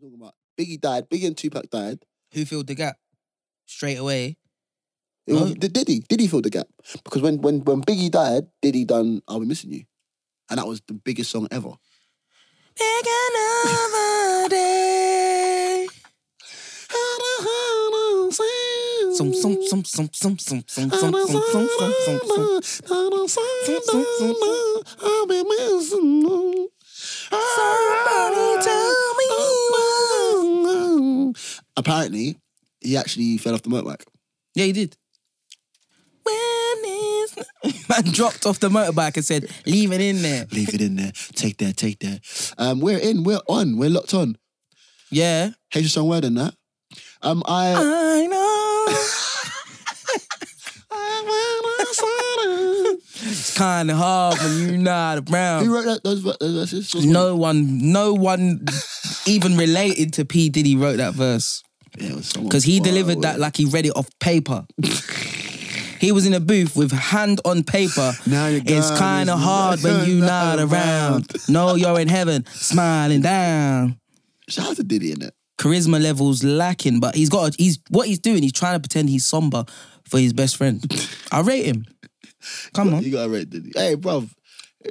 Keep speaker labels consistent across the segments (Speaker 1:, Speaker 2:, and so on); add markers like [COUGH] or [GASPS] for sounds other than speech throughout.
Speaker 1: talking about. Biggie died. Biggie and Tupac died.
Speaker 2: Who filled the gap straight away?
Speaker 1: It was,
Speaker 2: No.
Speaker 1: did Diddy. Diddy filled the gap because when when when Biggie died, Diddy done "I'll Be Missing You," and that was the biggest song ever.
Speaker 2: Pick another day. Some, some, some, some, some, some, some, some, some, some, some, some, some.
Speaker 1: Apparently, he actually fell off the motorbike.
Speaker 2: Yeah, he did. When [LAUGHS] is man dropped off the motorbike and said, "Leave it in there."
Speaker 1: Leave it in there. Take that. Take that. Um, we're in. We're on. We're locked on.
Speaker 2: Yeah,
Speaker 1: Hate your song word in that. Um, I.
Speaker 2: I know. It's kind of hard when [LAUGHS] you not around.
Speaker 1: Who wrote that, those, ver- those verses? Source One?
Speaker 2: No one, no one, even related to P Diddy wrote that verse.
Speaker 1: Yeah, it was someone
Speaker 2: Because he
Speaker 1: far
Speaker 2: delivered
Speaker 1: away.
Speaker 2: that like he read it off paper. he was in a booth with hand on paper.
Speaker 1: Now you're
Speaker 2: it's
Speaker 1: gone,
Speaker 2: kind of
Speaker 1: it's
Speaker 2: hard
Speaker 1: not- [LAUGHS]
Speaker 2: when you
Speaker 1: not
Speaker 2: not around. no, you're in heaven, smiling down.
Speaker 1: Shout out to Diddy in it.
Speaker 2: Charisma levels lacking, but he's got. A, he's what he's doing. He's trying to pretend he's somber for his best friend. I rate him. Come
Speaker 1: [LAUGHS]
Speaker 2: on,
Speaker 1: You gotta rate Diddy. Hey, bruv.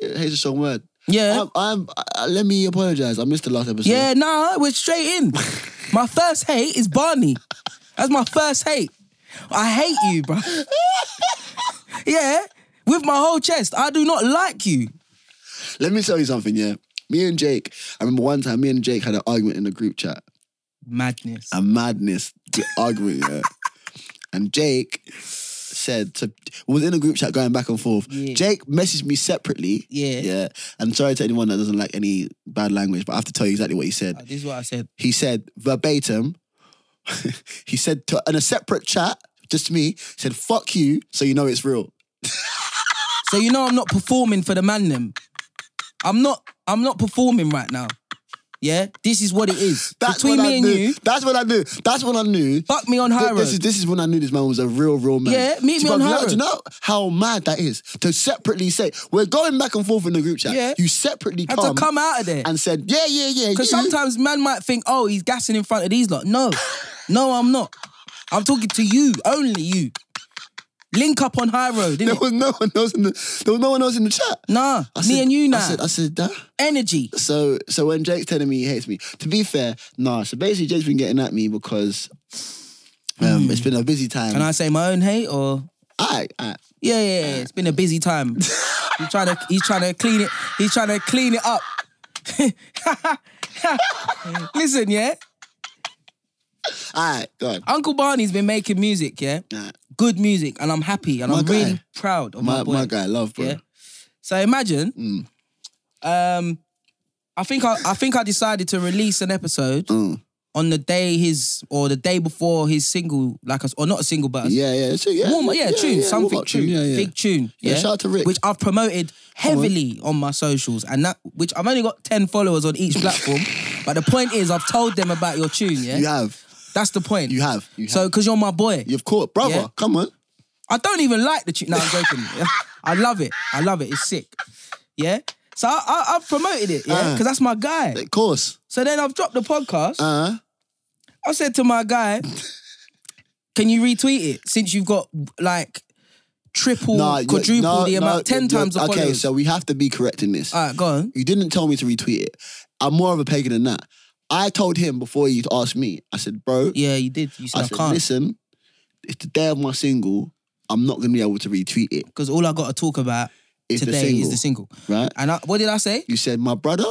Speaker 1: Here's a song word.
Speaker 2: yeah,
Speaker 1: I'm, Um, I'm, I, let me apologize. I missed the last episode.
Speaker 2: yeah. Nah, we're straight in. my first hate is Barney. That's my first hate. I hate you, bro. yeah, with my whole chest. I do not like you.
Speaker 1: Let me tell you something, yeah. Me and Jake, I remember one time me and Jake had an argument in the group chat.
Speaker 2: Madness.
Speaker 1: A madness
Speaker 2: [LAUGHS]
Speaker 1: argument, yeah. And Jake said to we was in a group chat going back and forth.
Speaker 2: Yeah.
Speaker 1: Jake messaged me separately.
Speaker 2: Yeah.
Speaker 1: Yeah. And sorry to anyone that doesn't like any bad language, but I have to tell you exactly what he said.
Speaker 2: Uh, This is what I said.
Speaker 1: he said verbatim, [LAUGHS] he said to, in a separate chat, just to me, said, fuck you, so you know it's real.
Speaker 2: So you know I'm not performing for the man them. I'm not. I'm not performing right now. Yeah, this is what it is. Between
Speaker 1: when
Speaker 2: me
Speaker 1: I
Speaker 2: and
Speaker 1: knew.
Speaker 2: you,
Speaker 1: That's what I knew. That's what I knew.
Speaker 2: fuck me on high
Speaker 1: Th-
Speaker 2: road.
Speaker 1: This is this is when I knew this man was a real, real man.
Speaker 2: Yeah, meet me
Speaker 1: Do you
Speaker 2: on
Speaker 1: know-
Speaker 2: high
Speaker 1: Do you
Speaker 2: road.
Speaker 1: know how mad that is to separately say we're going back and forth in the group chat?
Speaker 2: Yeah.
Speaker 1: You separately
Speaker 2: Had
Speaker 1: come,
Speaker 2: to come out of there.
Speaker 1: and said, yeah, yeah, yeah.
Speaker 2: Because
Speaker 1: you."
Speaker 2: sometimes man might think, oh, he's gassing in front of these lot. No, no, I'm not. I'm talking to you, only you. Link up on high road,
Speaker 1: there
Speaker 2: innit?
Speaker 1: was [LAUGHS] no one else in the there was no one else in the chat.
Speaker 2: Nah,
Speaker 1: I
Speaker 2: me
Speaker 1: said-
Speaker 2: and you now.
Speaker 1: I said, I said that.
Speaker 2: Energy.
Speaker 1: So so when Jake's telling me he hates me, to be fair, nah. So basically, Jake's been getting at me because um, it's been a busy time.
Speaker 2: Can I say my own hate or?
Speaker 1: I, I,
Speaker 2: Yeah, yeah, yeah. It's been a busy
Speaker 1: [LAUGHS]
Speaker 2: time. he's trying to, he's trying to clean it. He's trying to clean it up. [LAUGHS] Listen, yeah.
Speaker 1: I, God,
Speaker 2: Uncle Barney's been making music, yeah.
Speaker 1: Nah.
Speaker 2: Good music, and I'm happy, and
Speaker 1: My
Speaker 2: I'm
Speaker 1: guy.
Speaker 2: really proud of my,
Speaker 1: my,
Speaker 2: boy.
Speaker 1: my guy, love, bro.
Speaker 2: Yeah. So imagine,
Speaker 1: Mm.
Speaker 2: um, I think I, I think I decided to release an episode
Speaker 1: Mm.
Speaker 2: on the day his or the day before his single, like us or not a single, but a
Speaker 1: Yeah, yeah, so, yeah,
Speaker 2: warm, yeah, tune, something
Speaker 1: warm-up
Speaker 2: tune,
Speaker 1: yeah, yeah.
Speaker 2: big tune,
Speaker 1: Yeah,
Speaker 2: yeah,
Speaker 1: shout out to Rick.
Speaker 2: which I've promoted heavily on. my socials, and that which I've only got ten followers on each platform. but the point is, I've told them about your tune, yeah.
Speaker 1: You have,
Speaker 2: That's the point.
Speaker 1: you have, you have.
Speaker 2: So, because you're my boy,
Speaker 1: You've caught, brother.
Speaker 2: Yeah.
Speaker 1: Come on.
Speaker 2: I don't even like the tune. No, I'm joking. I love it. I love it. It's sick. Yeah. So I, I, I've promoted it, yeah,
Speaker 1: Uh.
Speaker 2: because that's my guy.
Speaker 1: Of course.
Speaker 2: So then I've dropped the podcast.
Speaker 1: Uh
Speaker 2: I said to my guy, "Can you retweet it since you've got like triple,
Speaker 1: you-
Speaker 2: quadruple
Speaker 1: no,
Speaker 2: the
Speaker 1: no,
Speaker 2: amount, ten
Speaker 1: you're-
Speaker 2: times the
Speaker 1: Okay,
Speaker 2: followers?" Uh.
Speaker 1: so we have to be correct in this.
Speaker 2: All right, go on.
Speaker 1: you didn't tell me to retweet it. I'm more of a pagan than that. I told him before you asked me. I said, bro.
Speaker 2: Yeah, you did. You said
Speaker 1: I
Speaker 2: I,
Speaker 1: said,
Speaker 2: can't
Speaker 1: listen. It's the day of my single. I'm not gonna be able to retweet it.
Speaker 2: because all I got to talk about
Speaker 1: It's the
Speaker 2: today
Speaker 1: single,
Speaker 2: is the single.
Speaker 1: right?
Speaker 2: And I, what did I say?
Speaker 1: You said, my brother.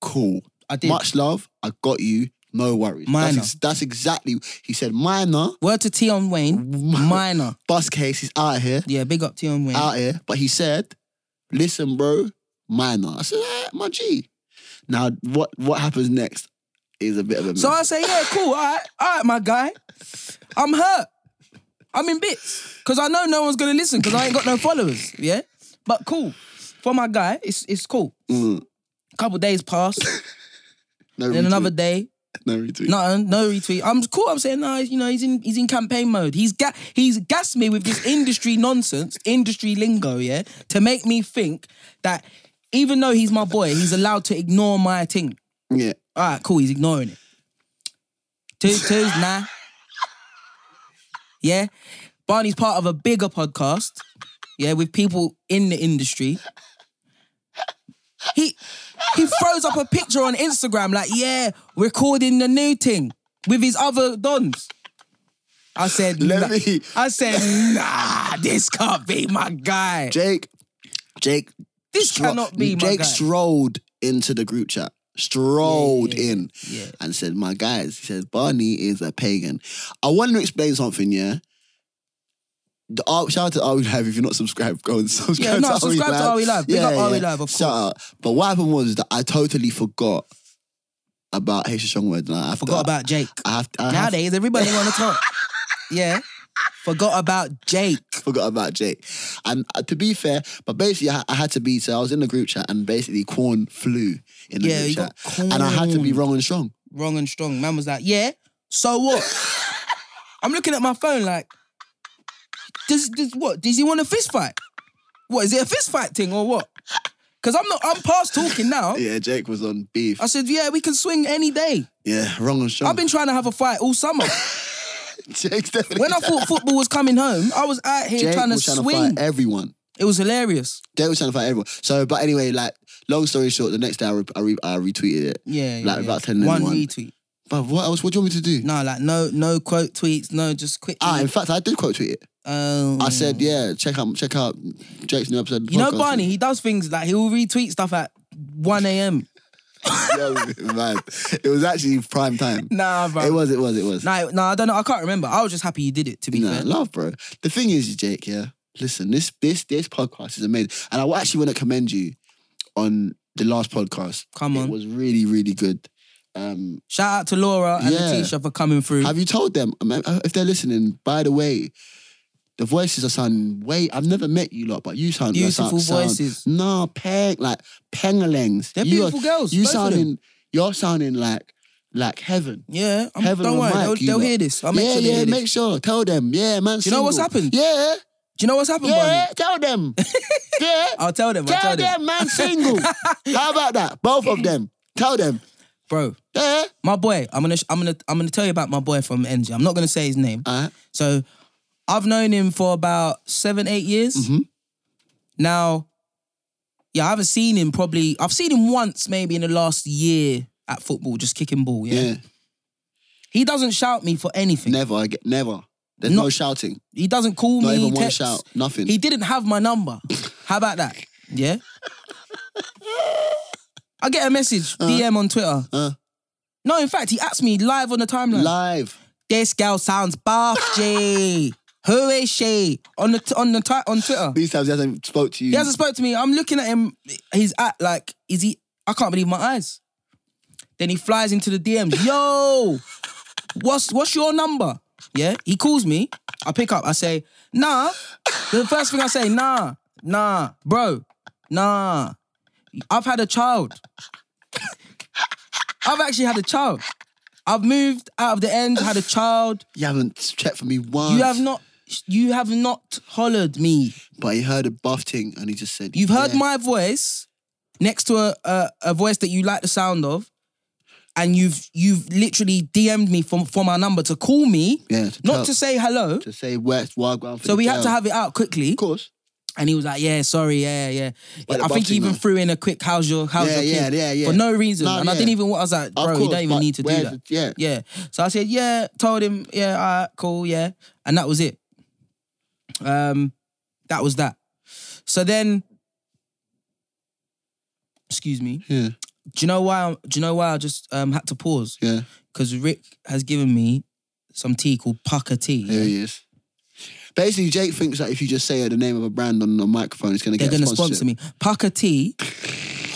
Speaker 1: Cool.
Speaker 2: I did.
Speaker 1: Much love. I got you. No worries. That's,
Speaker 2: Minor.
Speaker 1: ex- that's exactly. He said, minor.
Speaker 2: Word to T
Speaker 1: [LAUGHS]
Speaker 2: on Wayne, minor.
Speaker 1: Bus case. He's out here.
Speaker 2: Yeah, big up T on Wayne.
Speaker 1: out here. But he said, listen, bro, minor. I said, "Eh, my G. Now, what what happens next is a bit of a
Speaker 2: So I
Speaker 1: mess.
Speaker 2: say, yeah, cool. All right, all right, my guy. I'm hurt. I'm in bits because I know no one's gonna listen because I ain't got no followers. Yeah, but cool for my guy. It's it's cool.
Speaker 1: Mm.
Speaker 2: Couple days passed,
Speaker 1: no
Speaker 2: then
Speaker 1: retweet,
Speaker 2: another day,
Speaker 1: no retweet.
Speaker 2: no, no retweet. I'm cool. I'm saying, no, you know, he's in he's in campaign mode. He's ga- he's gassed me with this industry nonsense, industry lingo, yeah, to make me think that even though he's my boy, he's allowed to ignore my thing.
Speaker 1: Yeah,
Speaker 2: All right, cool. He's ignoring it.
Speaker 1: [LAUGHS]
Speaker 2: Two twos, nah. Yeah. Barney's part of a bigger podcast. Yeah, with people in the industry. He he throws up a picture on Instagram like, yeah, recording the new thing with his other dons. I said,
Speaker 1: Let
Speaker 2: nah.
Speaker 1: me-
Speaker 2: I said, nah, this can't be my guy.
Speaker 1: Jake, Jake,
Speaker 2: this
Speaker 1: stro-
Speaker 2: cannot be my
Speaker 1: Jake
Speaker 2: guy.
Speaker 1: strolled into the group chat, strolled
Speaker 2: Yeah, yeah,
Speaker 1: in,
Speaker 2: yeah.
Speaker 1: and said, "My guys," he says, "Barney is a pagan." I want to explain something, yeah. The R- shout out to Are We Live. If you're not subscribed, go and [LAUGHS] subscribe.
Speaker 2: Yeah, no,
Speaker 1: to Are We
Speaker 2: subscribe to
Speaker 1: Live.
Speaker 2: Are We Live. Big up Are We Live, of
Speaker 1: Shout out. But what happened was that I totally forgot about Haitian Shongwed. and I have
Speaker 2: Forgot
Speaker 1: to,
Speaker 2: about Jake.
Speaker 1: I have to, I have
Speaker 2: Nowadays, everybody want to
Speaker 1: [LAUGHS]
Speaker 2: talk. Yeah. Forgot about Jake.
Speaker 1: forgot about Jake. And uh, to be fair, but basically I, I had to be so I was in the group chat and basically corn flew in the
Speaker 2: Yeah,
Speaker 1: group
Speaker 2: you
Speaker 1: chat.
Speaker 2: got
Speaker 1: And I had to be
Speaker 2: corned.
Speaker 1: wrong and strong.
Speaker 2: Wrong and strong. Man was like, yeah, so what? I'm looking at my phone like, does, does what? Does he want a fist fight? What is it a fist fight thing or what? Because I'm not, I'm past talking now.
Speaker 1: Yeah, Jake was on beef.
Speaker 2: I said, yeah, we can swing any day.
Speaker 1: Yeah, wrong and strong.
Speaker 2: I've been trying to have a fight all summer.
Speaker 1: [LAUGHS] Jake's definitely
Speaker 2: When I
Speaker 1: [LAUGHS]
Speaker 2: thought football was coming home, I was out here
Speaker 1: Jake
Speaker 2: trying to
Speaker 1: was trying
Speaker 2: swing.
Speaker 1: to fight everyone.
Speaker 2: it was hilarious.
Speaker 1: Jake was trying to fight everyone. So, but anyway, like long story short, the next day I, re- I, re- I retweeted it.
Speaker 2: Yeah, yeah,
Speaker 1: Like,
Speaker 2: yeah.
Speaker 1: about 10
Speaker 2: one
Speaker 1: anyone.
Speaker 2: retweet.
Speaker 1: But what else? What do you want me to do?
Speaker 2: No, like no, no quote tweets. No, just quick.
Speaker 1: Ah, in fact, I did quote tweet it.
Speaker 2: um,
Speaker 1: I said, yeah, check out check out Jake's new episode. of the
Speaker 2: you know,
Speaker 1: podcast.
Speaker 2: Barney, he does things like he'll retweet stuff at one a.m.
Speaker 1: [LAUGHS] Yo, man, it was actually prime time.
Speaker 2: Nah, bro.
Speaker 1: It was, it was, it was.
Speaker 2: Nah, nah, I don't know. I can't remember. I was just happy you did it. To be
Speaker 1: Nah,
Speaker 2: fair,
Speaker 1: love, bro. The thing is, Jake, yeah. Listen, this this this podcast is amazing, and I actually want to commend you on the last podcast.
Speaker 2: Come on.
Speaker 1: it was really really good. Um,
Speaker 2: shout out to Laura and
Speaker 1: Yeah.
Speaker 2: Letitia for coming through.
Speaker 1: have you told them I mean, uh, if they're listening? By the way, the voices are sounding way. I've never met you lot, but you sound you sound-
Speaker 2: Beautiful
Speaker 1: sound-
Speaker 2: voices.
Speaker 1: Nah, peg like pengalengs.
Speaker 2: They're
Speaker 1: You
Speaker 2: beautiful girls,
Speaker 1: You
Speaker 2: both of them.
Speaker 1: sounding you're sounding like like heaven.
Speaker 2: yeah, I'm,
Speaker 1: Heaven on
Speaker 2: don't worry.
Speaker 1: mic,
Speaker 2: they'll
Speaker 1: you
Speaker 2: they'll
Speaker 1: lot.
Speaker 2: hear this. I'll make
Speaker 1: yeah,
Speaker 2: sure they
Speaker 1: yeah,
Speaker 2: hear
Speaker 1: make
Speaker 2: this.
Speaker 1: sure. Tell them. Yeah, man.
Speaker 2: Do you know what's
Speaker 1: single.
Speaker 2: happened?
Speaker 1: Yeah.
Speaker 2: Do you know what's happened,
Speaker 1: Yeah,
Speaker 2: Barney?
Speaker 1: tell
Speaker 2: [LAUGHS]
Speaker 1: them. yeah.
Speaker 2: I'll tell them. I'll
Speaker 1: Tell
Speaker 2: tell them,
Speaker 1: them, man,
Speaker 2: [LAUGHS]
Speaker 1: single. How about that? Both of them. Tell them.
Speaker 2: bro.
Speaker 1: Yeah.
Speaker 2: My boy, I'm gonna, I'm gonna, I'm gonna tell you about my boy from NG. I'm not gonna say his name.
Speaker 1: All right.
Speaker 2: So I've known him for about seven, eight years.
Speaker 1: Mhm.
Speaker 2: Now, yeah, I haven't seen him probably, I've seen him once maybe in the last year at football, just kicking ball. Yeah.
Speaker 1: Yeah.
Speaker 2: He doesn't shout me for anything.
Speaker 1: Never. I get, never. There's no, shouting.
Speaker 2: He doesn't call
Speaker 1: Not
Speaker 2: me.
Speaker 1: even one
Speaker 2: texts.
Speaker 1: shout. Nothing.
Speaker 2: He didn't have my number. How about that?
Speaker 1: [LAUGHS]
Speaker 2: Yeah. I get a message,
Speaker 1: Uh-huh.
Speaker 2: DM on Twitter.
Speaker 1: Uh.
Speaker 2: No, in fact, he asked me live on the timeline.
Speaker 1: Live.
Speaker 2: this girl sounds buff, G. Who is she? On the t- on the ti- on Twitter.
Speaker 1: These times he hasn't spoke to you.
Speaker 2: He hasn't spoke to me. I'm looking at him. He's at like, is he? I can't believe my eyes. Then he flies into the DMs. Yo, what's what's your number? Yeah, he calls me. I pick up. I say, nah. The first thing I say, nah, nah, bro, nah. I've had a child. I've actually had a child. I've moved out of the end, had a child.
Speaker 1: you haven't checked for me once.
Speaker 2: You have not, you have not hollered me.
Speaker 1: But he heard a buff thing and he just said,
Speaker 2: You've heard
Speaker 1: yeah.
Speaker 2: my voice next to a, a a voice that you like the sound of, and you've you've literally DM'd me from for my number to call me,
Speaker 1: Yeah. To
Speaker 2: not
Speaker 1: tell-
Speaker 2: to say hello.
Speaker 1: to say West Wild Ground. for
Speaker 2: So
Speaker 1: the
Speaker 2: we had
Speaker 1: girl.
Speaker 2: to have it out quickly,
Speaker 1: Of course.
Speaker 2: and he was like, "Yeah, sorry, yeah, yeah."
Speaker 1: Like the
Speaker 2: I think
Speaker 1: boxing
Speaker 2: he even
Speaker 1: man.
Speaker 2: threw in a quick, "How's your, how's
Speaker 1: Yeah,
Speaker 2: your kid?"
Speaker 1: yeah, yeah, yeah.
Speaker 2: For no reason,
Speaker 1: No,
Speaker 2: and I
Speaker 1: yeah.
Speaker 2: didn't even. I was like,
Speaker 1: Of
Speaker 2: "Bro,
Speaker 1: course,
Speaker 2: you don't even
Speaker 1: but
Speaker 2: need to do
Speaker 1: where's
Speaker 2: that."
Speaker 1: the- yeah.
Speaker 2: Yeah. So I said, yeah, told him, yeah, all right, cool, yeah. And that was it. Um, that was that. So then, excuse me.
Speaker 1: Yeah.
Speaker 2: Do you know why? I'm- Do you know why I just um had to pause?
Speaker 1: Yeah.
Speaker 2: Because Rick has given me some tea called Pucker tea.
Speaker 1: There he is. Basically, Jake thinks that if you just say the name of a brand on a microphone, it's going to
Speaker 2: They're
Speaker 1: get
Speaker 2: gonna
Speaker 1: a
Speaker 2: sponsor
Speaker 1: sponsorship.
Speaker 2: me. Pucker tea,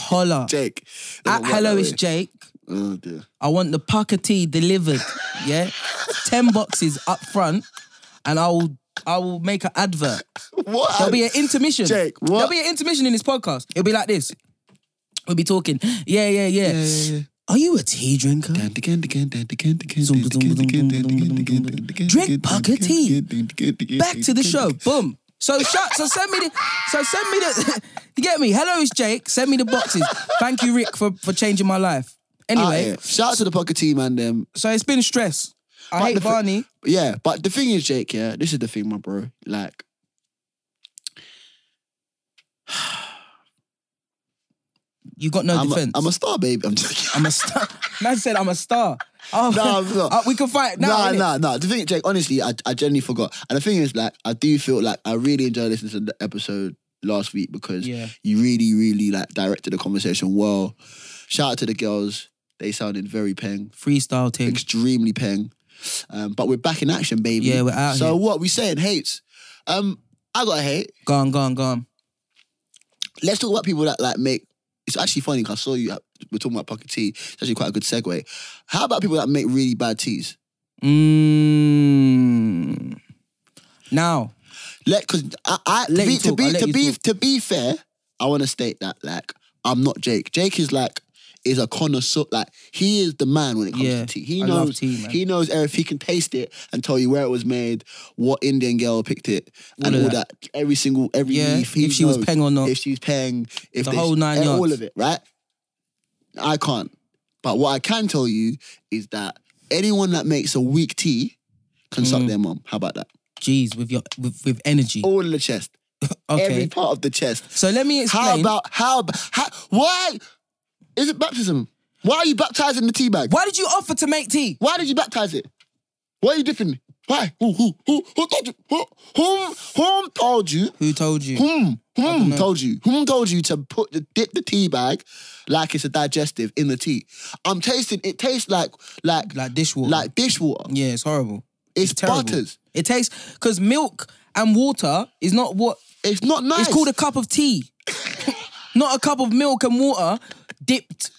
Speaker 2: holla.
Speaker 1: [LAUGHS] Jake.
Speaker 2: At
Speaker 1: Doesn't work
Speaker 2: Ah, hello,
Speaker 1: that
Speaker 2: it's
Speaker 1: way.
Speaker 2: Jake.
Speaker 1: Oh, dear. [LAUGHS]
Speaker 2: I want the Pucker tea delivered. Yeah, ten boxes up front, and I will. I will make an advert.
Speaker 1: What?
Speaker 2: There'll be an intermission.
Speaker 1: Jake, what?
Speaker 2: There'll be an intermission in this podcast. It'll be like this. We'll be talking. Yeah, yeah, yeah. Are you a tea drinker?
Speaker 1: Drink
Speaker 2: Parker tea. Back to the show.
Speaker 1: Back
Speaker 2: Boom. So shut. So send me the. So send me the. [LAUGHS] you get me? Hello, it's Jake. Send me the boxes. Thank you, Rick, for for changing my life. Anyway,
Speaker 1: Ah, Anyway, shout out to the Pocket Tea man. Them
Speaker 2: so it's been stress. I
Speaker 1: But
Speaker 2: hate
Speaker 1: the thi-
Speaker 2: Barney.
Speaker 1: yeah, but the thing is, Jake, yeah, this is the thing, my bro. Like,
Speaker 2: you got no
Speaker 1: I'm, a,
Speaker 2: defense.
Speaker 1: I'm a star, baby. I'm just
Speaker 2: [LAUGHS] I'm a star. Man said I'm a
Speaker 1: [LAUGHS]
Speaker 2: star. Oh,
Speaker 1: No, I'm not.
Speaker 2: [LAUGHS] uh, we can fight now.
Speaker 1: nah,
Speaker 2: innit?
Speaker 1: nah, nah. The thing, Jake, honestly, I, I genuinely forgot. And the thing is, like, I do feel like I really enjoyed listening to the episode last week because
Speaker 2: Yeah.
Speaker 1: you really, really like directed the conversation well. Shout out to the girls. They sounded very peng,
Speaker 2: Freestyle thing.
Speaker 1: extremely peng. Um, but we're back in action, baby.
Speaker 2: Yeah, we're out
Speaker 1: So
Speaker 2: here.
Speaker 1: what we saying? Hates. Um, I got a hate.
Speaker 2: Gone, gone, gone.
Speaker 1: Let's talk about people that like make. It's actually funny because I saw you. We're talking about pocket tea. It's actually quite a good segue. How about people that make really bad teas?
Speaker 2: Mm. Now,
Speaker 1: Let because I, I to
Speaker 2: Let
Speaker 1: be
Speaker 2: you
Speaker 1: to
Speaker 2: talk, I'll
Speaker 1: be
Speaker 2: let
Speaker 1: to
Speaker 2: you
Speaker 1: be,
Speaker 2: talk.
Speaker 1: to be fair, I want to state that like I'm not Jake. Jake is like is a connoisseur. Like he is the man when it comes
Speaker 2: Yeah,
Speaker 1: to tea. He
Speaker 2: I love
Speaker 1: knows
Speaker 2: tea, man.
Speaker 1: he knows everything. He can taste it and tell you where it was made, what Indian girl picked it, and
Speaker 2: All of
Speaker 1: all that. Every single every
Speaker 2: yeah,
Speaker 1: leaf. He
Speaker 2: if she was
Speaker 1: knows.
Speaker 2: peng or not,
Speaker 1: if she's peng, if
Speaker 2: The
Speaker 1: they-
Speaker 2: whole nine
Speaker 1: all
Speaker 2: yards.
Speaker 1: of it, right? I can't. But what I can tell you is that anyone that makes a weak tea can suck
Speaker 2: Mm.
Speaker 1: their mum. How about that?
Speaker 2: jeez, with your with, with energy.
Speaker 1: All in the chest Oh, every
Speaker 2: okay,
Speaker 1: part of the chest.
Speaker 2: so let me explain.
Speaker 1: How about how, ab- how why is it baptism? Why are you baptizing the tea bag?
Speaker 2: Why did you offer to make tea?
Speaker 1: Why did you baptize it? Why are you dipping? Why? Who who who who told you? Who whom whom told you?
Speaker 2: Who told you?
Speaker 1: Whom whom
Speaker 2: know.
Speaker 1: told you? Whom told you to put the dip the tea bag like it's a digestive in the tea? I'm tasting it tastes like like
Speaker 2: Like dishwater.
Speaker 1: like dishwater.
Speaker 2: yeah, it's horrible.
Speaker 1: It's,
Speaker 2: terrible.
Speaker 1: butters.
Speaker 2: It takes because milk and water is not what
Speaker 1: It's not nice.
Speaker 2: it's called a cup of tea, not a cup of milk and water dipped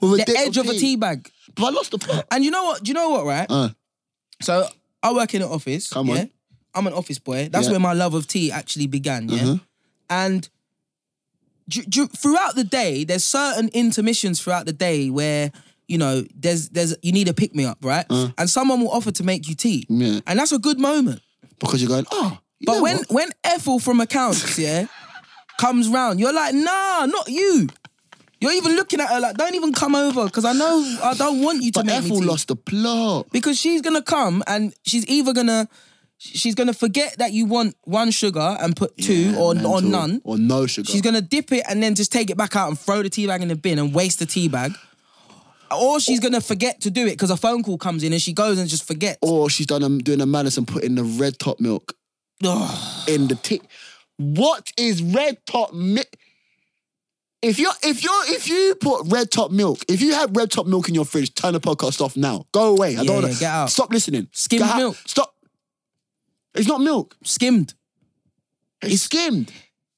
Speaker 1: With a
Speaker 2: the
Speaker 1: dip
Speaker 2: edge of a tea bag.
Speaker 1: But I lost the plot.
Speaker 2: And you know what? Do you know what? Right.
Speaker 1: Uh.
Speaker 2: So I work in an office.
Speaker 1: Come on.
Speaker 2: yeah? I'm an office boy. That's
Speaker 1: Yeah. Uh-huh.
Speaker 2: where my love of tea actually began. Yeah. And du- du- throughout the day, there's certain intermissions throughout the day where you know there's there's you need a pick me up, right? And someone will offer to make you tea,
Speaker 1: Uh-huh. Yeah.
Speaker 2: and that's a good moment.
Speaker 1: Because you're going, oh. you
Speaker 2: But
Speaker 1: know
Speaker 2: when
Speaker 1: what?
Speaker 2: when Ethel from accounts, yeah, [LAUGHS] comes round, you're like, nah, not you. You're even looking at her like, don't even come over because I know I don't want you to
Speaker 1: But
Speaker 2: make me
Speaker 1: Ethel
Speaker 2: tea.
Speaker 1: lost the plot.
Speaker 2: because she's gonna come and she's either gonna she's gonna forget that you want one sugar and put two
Speaker 1: Yeah,
Speaker 2: or or
Speaker 1: mental.
Speaker 2: none.
Speaker 1: Or no sugar.
Speaker 2: She's gonna dip it and then just take it back out and throw the tea bag in the bin and waste the tea bag. Or she's gonna forget to do it because a phone call comes in and she goes and just forgets.
Speaker 1: or she's done um, doing a madness and putting the red top milk
Speaker 2: Ugh.
Speaker 1: in the tea. What is red top milk? If you if you if you put red top milk, if you have red top milk in your fridge, turn the podcast off now. Go away. I
Speaker 2: Yeah,
Speaker 1: don't wanna,
Speaker 2: yeah, get out.
Speaker 1: Stop listening.
Speaker 2: Skimmed
Speaker 1: Get out.
Speaker 2: milk.
Speaker 1: Stop. It's not milk.
Speaker 2: Skimmed.
Speaker 1: It's, skimmed.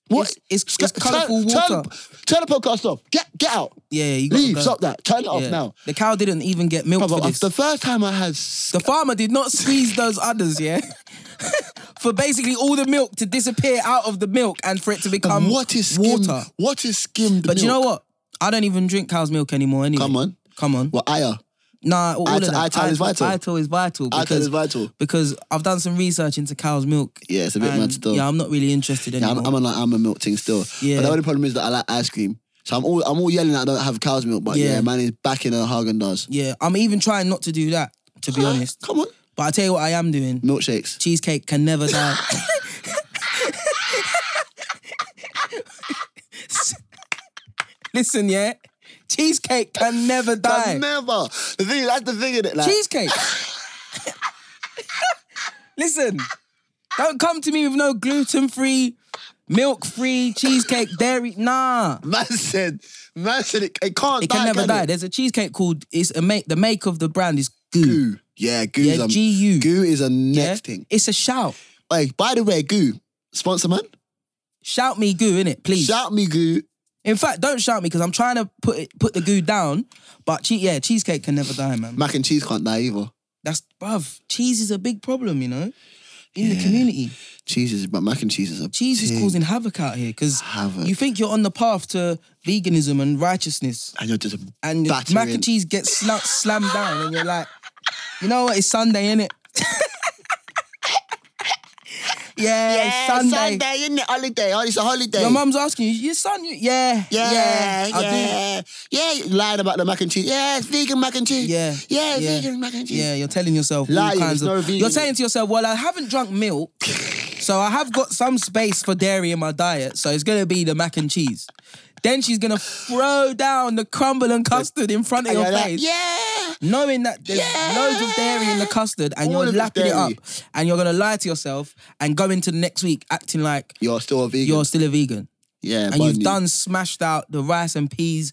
Speaker 1: What?
Speaker 2: It's, it's, it's
Speaker 1: Sk-
Speaker 2: colourful
Speaker 1: turn,
Speaker 2: water.
Speaker 1: Turn, turn the podcast off. Get get out.
Speaker 2: yeah, yeah, you gotta
Speaker 1: Leave.
Speaker 2: go.
Speaker 1: Stop that. Turn it off
Speaker 2: Yeah.
Speaker 1: now.
Speaker 2: The cow didn't even get milk
Speaker 1: Brother,
Speaker 2: for this.
Speaker 1: the first time I had
Speaker 2: The farmer did not squeeze those others, yeah? [LAUGHS] for basically all the milk to disappear out of the milk and for it to become
Speaker 1: what is skimmed,
Speaker 2: Um, water.
Speaker 1: What is skimmed
Speaker 2: But
Speaker 1: milk?
Speaker 2: you know what? I don't even drink cow's milk anymore anyway.
Speaker 1: Come on.
Speaker 2: Come on.
Speaker 1: Well, uh, Aya,
Speaker 2: Nah, all of
Speaker 1: Ital-
Speaker 2: that.
Speaker 1: Ital is vital.
Speaker 2: Ital is vital.
Speaker 1: Ital
Speaker 2: because-
Speaker 1: is vital.
Speaker 2: Because I've done some research into cow's milk.
Speaker 1: Yeah, it's a bit
Speaker 2: and,
Speaker 1: mad still.
Speaker 2: Yeah, I'm not really interested
Speaker 1: yeah,
Speaker 2: anymore.
Speaker 1: I'm, I'm on like I'm a milk thing still.
Speaker 2: Yeah.
Speaker 1: But the only problem is that I like ice cream, so I'm all I'm all yelling that I don't have cow's milk. But yeah,
Speaker 2: Yeah.
Speaker 1: man is back in a Hagen Dazs.
Speaker 2: yeah, I'm even trying not to do that, to be honest.
Speaker 1: Come on,
Speaker 2: But I tell you what I am doing.
Speaker 1: milkshakes.
Speaker 2: Cheesecake can never die. Listen, yeah? Cheesecake can never
Speaker 1: That's
Speaker 2: die.
Speaker 1: never. The thing is, that's the thing in it. Like,
Speaker 2: Cheesecake. Listen, don't come to me with no gluten free, milk free, cheesecake, dairy. Nah.
Speaker 1: man said, man said it, it can't.
Speaker 2: It can never
Speaker 1: can
Speaker 2: die.
Speaker 1: it?
Speaker 2: There's a cheesecake called it's a make the make of the brand is goo.
Speaker 1: Goo. Yeah, goo's
Speaker 2: Yeah,
Speaker 1: a,
Speaker 2: G U.
Speaker 1: goo is a
Speaker 2: yeah?
Speaker 1: next thing.
Speaker 2: It's a shout.
Speaker 1: Like, by the way, goo sponsor man.
Speaker 2: Shout me goo, innit, please.
Speaker 1: Shout me goo.
Speaker 2: In fact, don't shout me because I'm trying to put it, put the goo down. But che- yeah, cheesecake can never die, man.
Speaker 1: Mac and cheese can't die either.
Speaker 2: That's bruv. Cheese is a big problem, you know, in the community.
Speaker 1: Cheese is, but mac and cheese is a
Speaker 2: Cheese is
Speaker 1: thing.
Speaker 2: causing havoc out here because
Speaker 1: Havoc.
Speaker 2: you think you're on the path to veganism and righteousness,
Speaker 1: and you're just
Speaker 2: and your
Speaker 1: battering.
Speaker 2: mac and cheese gets sla- slammed down, and you're like, you know what? It's Sunday, innit? [LAUGHS] Yeah,
Speaker 1: Yeah,
Speaker 2: Sunday.
Speaker 1: Sunday, isn't it? Holiday. Oh, it's a holiday.
Speaker 2: Your mum's asking you, your son, you, yeah,
Speaker 1: yeah, yeah,
Speaker 2: I do.
Speaker 1: yeah. you lying about the mac and cheese. Yeah, it's vegan mac and cheese.
Speaker 2: Yeah,
Speaker 1: Yeah,
Speaker 2: yeah.
Speaker 1: vegan mac and cheese.
Speaker 2: Yeah, you're telling yourself all
Speaker 1: Lying, it's
Speaker 2: kinds
Speaker 1: no
Speaker 2: of.
Speaker 1: vegan.
Speaker 2: You're saying to yourself, "Well, I haven't drunk milk, so I have got some space for dairy in my diet, so it's gonna be the mac and cheese." Then she's gonna throw down the crumble and custard in front of
Speaker 1: And
Speaker 2: your
Speaker 1: you're like,
Speaker 2: face,
Speaker 1: yeah.
Speaker 2: knowing that there's
Speaker 1: Yeah.
Speaker 2: loads of dairy in the custard, and
Speaker 1: All
Speaker 2: you're
Speaker 1: of it's
Speaker 2: lapping it up,
Speaker 1: dairy.
Speaker 2: and you're gonna lie to yourself and go into the next week acting like
Speaker 1: You're still a vegan.
Speaker 2: you're still a vegan
Speaker 1: yeah,
Speaker 2: and you've
Speaker 1: Bundy.
Speaker 2: done smashed out the rice and peas,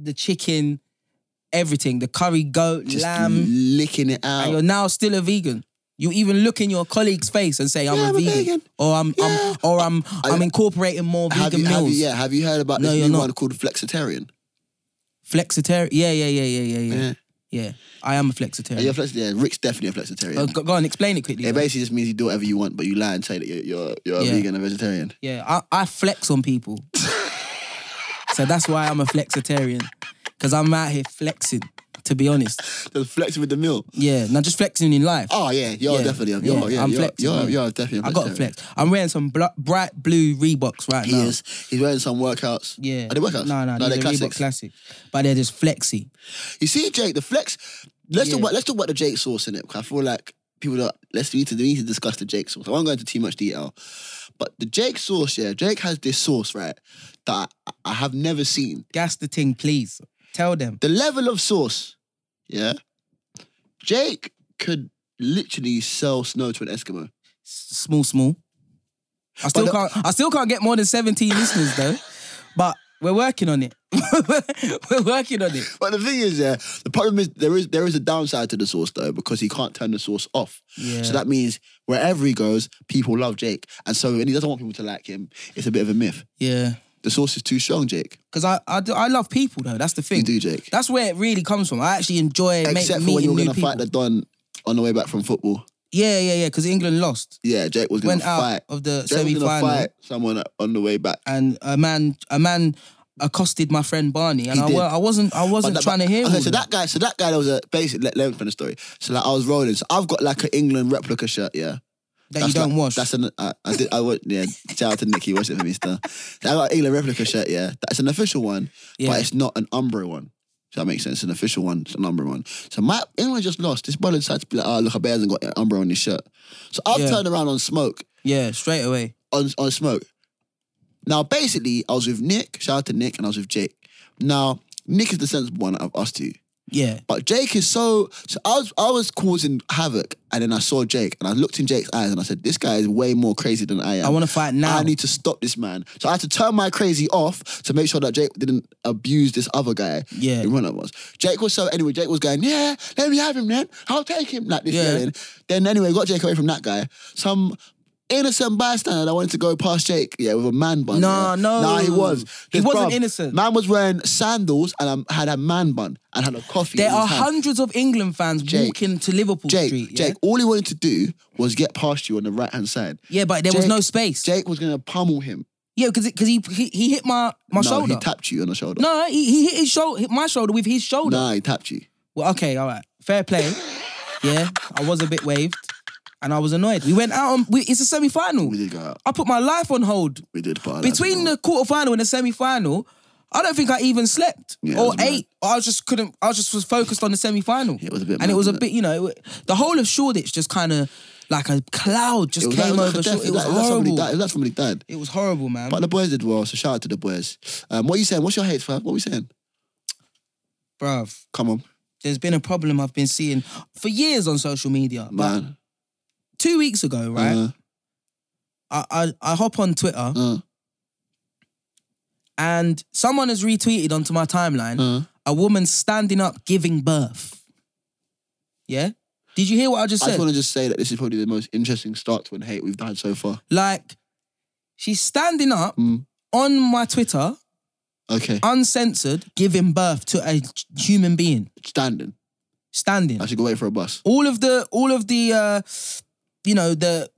Speaker 2: the chicken, everything, the curry goat,
Speaker 1: Just
Speaker 2: lamb,
Speaker 1: licking it
Speaker 2: and you're
Speaker 1: out.
Speaker 2: now still a vegan. You even look in your colleague's face and say, "I'm
Speaker 1: Yeah,
Speaker 2: a,
Speaker 1: I'm a
Speaker 2: vegan.
Speaker 1: vegan.
Speaker 2: or "I'm,
Speaker 1: Yeah.
Speaker 2: I'm or "I'm, I'm
Speaker 1: I-
Speaker 2: incorporating more
Speaker 1: Have
Speaker 2: vegan
Speaker 1: you, have
Speaker 2: meals."
Speaker 1: you, yeah, have you heard about
Speaker 2: No,
Speaker 1: this
Speaker 2: you're
Speaker 1: new
Speaker 2: not.
Speaker 1: one called flexitarian?
Speaker 2: Flexitarian. Yeah, yeah, yeah, yeah, yeah, yeah,
Speaker 1: Yeah.
Speaker 2: yeah. I
Speaker 1: Are
Speaker 2: am a
Speaker 1: you a
Speaker 2: flexitarian.
Speaker 1: flexi- yeah, Rick's definitely a flexitarian.
Speaker 2: Uh, go, go on, explain it quickly.
Speaker 1: It basically just means you do whatever you want, but you lie and say that you're you're, you're
Speaker 2: Yeah.
Speaker 1: a vegan or vegetarian. [LAUGHS]
Speaker 2: Yeah, I, I flex on people. so that's why I'm a flexitarian, because I'm out here flexing. To be honest,
Speaker 1: Just flexing with the meal.
Speaker 2: yeah, not just flexing in life.
Speaker 1: Oh yeah, you're
Speaker 2: Yeah,
Speaker 1: definitely a- you're,
Speaker 2: yeah,
Speaker 1: yeah,
Speaker 2: I'm
Speaker 1: you're,
Speaker 2: flexing,
Speaker 1: You're,
Speaker 2: yeah.
Speaker 1: you're definitely. a
Speaker 2: I got to
Speaker 1: vegetarian.
Speaker 2: flex. I'm wearing some bl- bright blue Reeboks right now.
Speaker 1: He is. He's wearing some workouts.
Speaker 2: Yeah.
Speaker 1: Are they workouts?
Speaker 2: No, no,
Speaker 1: no
Speaker 2: they're
Speaker 1: they're
Speaker 2: Reebok
Speaker 1: classics.
Speaker 2: classics. But they're just flexy.
Speaker 1: You see, Jake, the flex. Let's
Speaker 2: Yeah.
Speaker 1: talk about let's talk about the Jake sauce in it. Cause I feel like people don't. Let's we need to we need to discuss the Jake sauce. I won't go into too much detail, but the Jake sauce, yeah, Jake has this sauce right that I, I have never seen.
Speaker 2: Gas the thing, please. Tell them.
Speaker 1: The level of sauce, yeah, Jake could literally sell snow to an Eskimo.
Speaker 2: S- Small, small. I still
Speaker 1: the-
Speaker 2: can't I still can't get more than 17 listeners though. But we're working on it. [LAUGHS] we're working on it.
Speaker 1: But the thing is, yeah, the problem is there is there is a downside to the sauce though because he can't turn the sauce off.
Speaker 2: Yeah.
Speaker 1: So that means wherever he goes, people love Jake, and so when he doesn't want people to like him, it's a bit of a myth.
Speaker 2: yeah.
Speaker 1: The sauce is too strong, Jake.
Speaker 2: Because I, I, do- I love people though. That's the thing.
Speaker 1: You do, Jake.
Speaker 2: That's where it really comes from. I actually enjoy
Speaker 1: Except
Speaker 2: make,
Speaker 1: for when you
Speaker 2: meeting
Speaker 1: were
Speaker 2: new
Speaker 1: going to
Speaker 2: people.
Speaker 1: fight the Don on the way back from football.
Speaker 2: yeah, yeah, yeah. Because England lost.
Speaker 1: Yeah, Jake was going
Speaker 2: Went
Speaker 1: to
Speaker 2: out
Speaker 1: fight.
Speaker 2: of
Speaker 1: Jake
Speaker 2: the
Speaker 1: was
Speaker 2: semi
Speaker 1: going to
Speaker 2: final.
Speaker 1: fight someone on the way back.
Speaker 2: And a man a man accosted my friend Barney. And
Speaker 1: He
Speaker 2: I,
Speaker 1: did.
Speaker 2: wa- I wasn't I wasn't
Speaker 1: But that-
Speaker 2: trying to
Speaker 1: but-
Speaker 2: hear
Speaker 1: okay,
Speaker 2: all
Speaker 1: so that guy, so that guy, that was a basic. Let, let me finish the story. So like, I was rolling. So I've got like an England replica shirt. Yeah,
Speaker 2: that you
Speaker 1: That's
Speaker 2: don't
Speaker 1: like-
Speaker 2: wash.
Speaker 1: That's an I, I did I wa- yeah. Shout out to Nikki, watch it for me, star. I got an England replica shirt. Yeah, that's an official one,
Speaker 2: Yeah.
Speaker 1: but it's not an Umbro one. So that makes sense. It's an official one, it's an Umbro one. So my England just lost. This brother decided to be like, oh look, I bet hasn't got an Umbro on his shirt. So I've
Speaker 2: Yeah.
Speaker 1: turned around on smoke
Speaker 2: Yeah, straight away.
Speaker 1: on on smoke. Now, basically, I was with Nick. Shout out to Nick, and I was with Jake. Now, Nick is the sensible one out of us two,
Speaker 2: Yeah.
Speaker 1: but Jake is so. So I was I was causing havoc, and then I saw Jake, and I looked in Jake's eyes, and I said, "This guy is way more crazy than I am."
Speaker 2: I want to fight now.
Speaker 1: I need to stop this man. So I had to turn my crazy off to make sure that Jake didn't abuse this other guy.
Speaker 2: Yeah.
Speaker 1: The runner was. Jake was so anyway, Jake was going, Yeah, let me have him then. I'll take him. Like this
Speaker 2: Yeah.
Speaker 1: yelling. Then anyway, got Jake away from that guy. Some innocent bystander that wanted to go past Jake, yeah, with a man bun.
Speaker 2: Nah,
Speaker 1: yeah.
Speaker 2: no.
Speaker 1: Nah, he was.
Speaker 2: He wasn't
Speaker 1: bruv,
Speaker 2: innocent.
Speaker 1: Man was wearing sandals and um, had a man bun and had a coffee.
Speaker 2: there
Speaker 1: in his
Speaker 2: are
Speaker 1: hand.
Speaker 2: hundreds of England fans
Speaker 1: Jake,
Speaker 2: walking to Liverpool
Speaker 1: Jake,
Speaker 2: Street. Yeah?
Speaker 1: Jake, all he wanted to do was get past you on the right hand side.
Speaker 2: yeah, but there was
Speaker 1: Jake-
Speaker 2: no space.
Speaker 1: Jake was gonna pummel him.
Speaker 2: Yeah, because because he, he he hit my my
Speaker 1: no,
Speaker 2: shoulder.
Speaker 1: he tapped you on the shoulder.
Speaker 2: no, he, he hit his shoulder, hit my shoulder with his shoulder.
Speaker 1: Nah, he tapped you.
Speaker 2: Well, okay, all right, fair play. yeah, I was a bit waved, and I was annoyed. We went out on. We, it's a semi final.
Speaker 1: We did go out.
Speaker 2: I put my life on hold
Speaker 1: We did part
Speaker 2: between the quarter final and the semi final. I don't think I even slept
Speaker 1: Yeah, it
Speaker 2: or
Speaker 1: was mad.
Speaker 2: ate. I just couldn't. I just was focused on the semi final.
Speaker 1: It was a bit
Speaker 2: and
Speaker 1: mad,
Speaker 2: it was a
Speaker 1: wasn't
Speaker 2: bit. You know, it- the whole of Shoreditch just kind of like a cloud just came over. Shore- it was
Speaker 1: Somebody
Speaker 2: horrible.
Speaker 1: died. That's somebody died.
Speaker 2: It was horrible, man.
Speaker 1: But the boys did well, so shout out to the boys. Um, what are you saying? What's your hate, fam? What are we saying?
Speaker 2: Bruv,
Speaker 1: Come on,
Speaker 2: there's been a problem I've been seeing for years on social media. But
Speaker 1: man.
Speaker 2: two weeks ago, right?
Speaker 1: Mm.
Speaker 2: I, I I hop on Twitter
Speaker 1: Uh, uh,
Speaker 2: and someone has retweeted onto my timeline
Speaker 1: uh.
Speaker 2: a woman standing up giving birth. Yeah? Did you hear what I just
Speaker 1: I just
Speaker 2: said?
Speaker 1: want to just say that this is probably the most interesting start to an hate we've done so far.
Speaker 2: Like, she's standing up
Speaker 1: Mm.
Speaker 2: on my Twitter,
Speaker 1: Okay,
Speaker 2: uncensored, giving birth to a human being
Speaker 1: standing.
Speaker 2: standing.
Speaker 1: I should go wait for a bus.
Speaker 2: all of the all of the uh you know the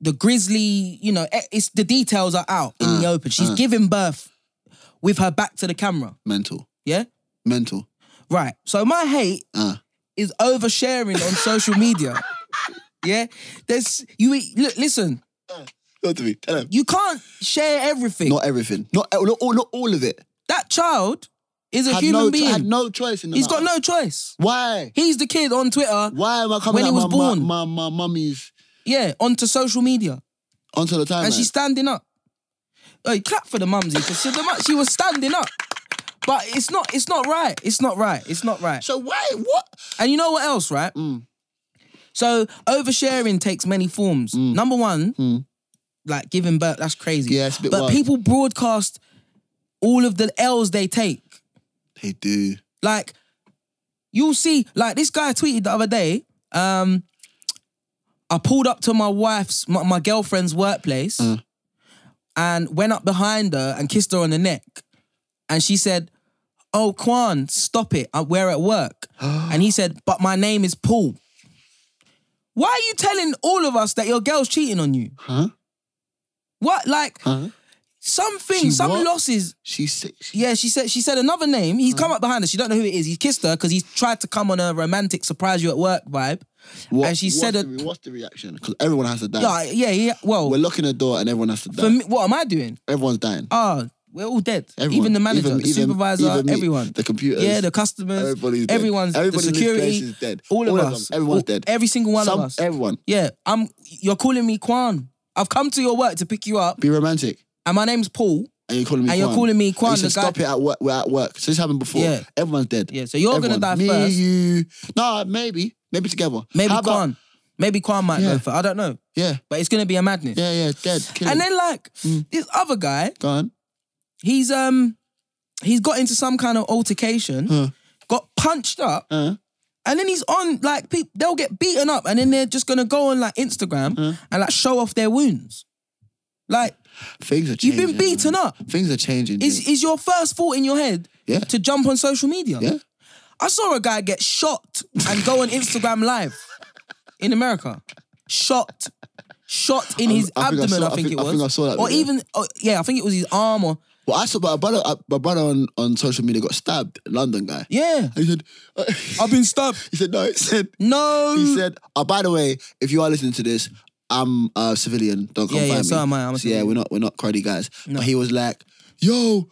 Speaker 2: the grizzly you know eh, it's the details are out in the
Speaker 1: Uh,
Speaker 2: open she's
Speaker 1: uh.
Speaker 2: giving birth with her back to the camera
Speaker 1: Mental,
Speaker 2: yeah
Speaker 1: mental.
Speaker 2: right so my hate
Speaker 1: Uh. [LAUGHS]
Speaker 2: is oversharing on social media Yeah, there's you. Look, listen,
Speaker 1: Not to me. Tell him.
Speaker 2: you can't share everything.
Speaker 1: Not everything. Not not all. Not all of it.
Speaker 2: that child is a
Speaker 1: had
Speaker 2: human
Speaker 1: no,
Speaker 2: being.
Speaker 1: Had no choice in the
Speaker 2: He's got
Speaker 1: matter.
Speaker 2: no choice.
Speaker 1: Why?
Speaker 2: He's the kid on Twitter.
Speaker 1: Why am I coming
Speaker 2: When he
Speaker 1: out my,
Speaker 2: was born.
Speaker 1: my my mummy's
Speaker 2: Yeah, onto social media,
Speaker 1: onto the time?
Speaker 2: and she's standing up. Hey, clap for the mumsy because she, the mu- she was standing up. But it's not. It's not right. It's not right. It's not right.
Speaker 1: so why? What?
Speaker 2: And you know what else, right?
Speaker 1: Mm.
Speaker 2: So oversharing takes many forms. Number one,
Speaker 1: Mm.
Speaker 2: like giving birth, that's crazy.
Speaker 1: Yeah, it's a bit
Speaker 2: but
Speaker 1: wild.
Speaker 2: people broadcast all of the L's they take.
Speaker 1: They do.
Speaker 2: Like, you'll see, like this guy tweeted the other day, um, I pulled up to my wife's, my, my girlfriend's workplace
Speaker 1: Mm.
Speaker 2: and went up behind her and kissed her on the neck. And she said, Oh, Kwan, stop it. I- We're at
Speaker 1: [GASPS]
Speaker 2: work. and he said, But my name is Paul. Why are you telling all of us that your girl's cheating on you?
Speaker 1: Huh?
Speaker 2: What? Like,
Speaker 1: Huh?
Speaker 2: something,
Speaker 1: She
Speaker 2: some
Speaker 1: what?
Speaker 2: losses.
Speaker 1: She's six.
Speaker 2: Yeah, she said she said another name. He's
Speaker 1: Hmm.
Speaker 2: come up behind her. She don't know who it is. He's kissed her because he's tried to come on a romantic surprise you at work vibe.
Speaker 1: What,
Speaker 2: and she
Speaker 1: what's
Speaker 2: said
Speaker 1: the,
Speaker 2: a-
Speaker 1: re- "What's the reaction? Because everyone has to die.
Speaker 2: Yeah, yeah, yeah. Well,
Speaker 1: We're locking the door, and everyone has to die.
Speaker 2: for me, what am I doing?
Speaker 1: Everyone's dying.
Speaker 2: Ah, we're all dead.
Speaker 1: Everyone.
Speaker 2: Even the manager,
Speaker 1: Even-
Speaker 2: the
Speaker 1: even-
Speaker 2: supervisor,
Speaker 1: even me.
Speaker 2: everyone.
Speaker 1: the computers.
Speaker 2: yeah, the customers,
Speaker 1: everybody's dead.
Speaker 2: everyone's
Speaker 1: Everybody
Speaker 2: the
Speaker 1: in this place
Speaker 2: security,
Speaker 1: is dead.
Speaker 2: all,
Speaker 1: All
Speaker 2: of
Speaker 1: of
Speaker 2: us,
Speaker 1: them. Everyone's
Speaker 2: All-
Speaker 1: dead.
Speaker 2: every single one
Speaker 1: Some
Speaker 2: of us.
Speaker 1: everyone
Speaker 2: yeah, I'm. You're calling me Kwan. I've come to your work to pick you up,
Speaker 1: be romantic,
Speaker 2: and my name's Paul.
Speaker 1: and you're calling me.
Speaker 2: And you're
Speaker 1: Kwan.
Speaker 2: calling me Kwan,
Speaker 1: And you
Speaker 2: the
Speaker 1: said,
Speaker 2: guy-
Speaker 1: Stop it at work. We're at work. So this happened before.
Speaker 2: Yeah.
Speaker 1: Everyone's dead.
Speaker 2: Yeah, so you're
Speaker 1: Everyone.
Speaker 2: gonna die
Speaker 1: me,
Speaker 2: first.
Speaker 1: you. No, maybe, maybe together.
Speaker 2: Maybe
Speaker 1: How about-
Speaker 2: Kwan. Maybe Kwan might
Speaker 1: Yeah.
Speaker 2: go for. I don't know,
Speaker 1: Yeah,
Speaker 2: but it's gonna be a madness.
Speaker 1: yeah, yeah. Dead. Kill
Speaker 2: And
Speaker 1: him.
Speaker 2: then like
Speaker 1: Mm.
Speaker 2: this other guy,
Speaker 1: Go on.
Speaker 2: he's um he's got into some kind of altercation,
Speaker 1: Huh.
Speaker 2: got punched up,
Speaker 1: Uh,
Speaker 2: and then he's on like people they'll get beaten up, and then they're just gonna go on like Instagram
Speaker 1: Huh.
Speaker 2: and like show off their wounds. Like
Speaker 1: things are
Speaker 2: you've
Speaker 1: changing.
Speaker 2: been beaten
Speaker 1: man.
Speaker 2: up.
Speaker 1: Things are changing.
Speaker 2: Is
Speaker 1: dude.
Speaker 2: is your first thought in your head
Speaker 1: Yeah.
Speaker 2: to jump on social media?
Speaker 1: yeah.
Speaker 2: I saw a guy get shot and go on Instagram live in America. Shot. Shot in his
Speaker 1: I think I
Speaker 2: abdomen,
Speaker 1: saw-
Speaker 2: I, think, it was.
Speaker 1: I think I saw that
Speaker 2: Or
Speaker 1: video.
Speaker 2: even, oh, yeah, I think it was his arm or,
Speaker 1: Well, I saw my brother. uh, My brother on, on social media got stabbed. London guy.
Speaker 2: yeah.
Speaker 1: He said. uh,
Speaker 2: I've been stabbed.
Speaker 1: [LAUGHS] he said no. He said.
Speaker 2: No.
Speaker 1: He said. Oh, by the way, if you are listening to this, I'm a civilian. Don't come
Speaker 2: Yeah,
Speaker 1: find
Speaker 2: yeah,
Speaker 1: me.
Speaker 2: so am I, I'm a
Speaker 1: So, yeah,
Speaker 2: civilian.
Speaker 1: we're not we're not cruddy guys.
Speaker 2: No.
Speaker 1: But he was like, yo.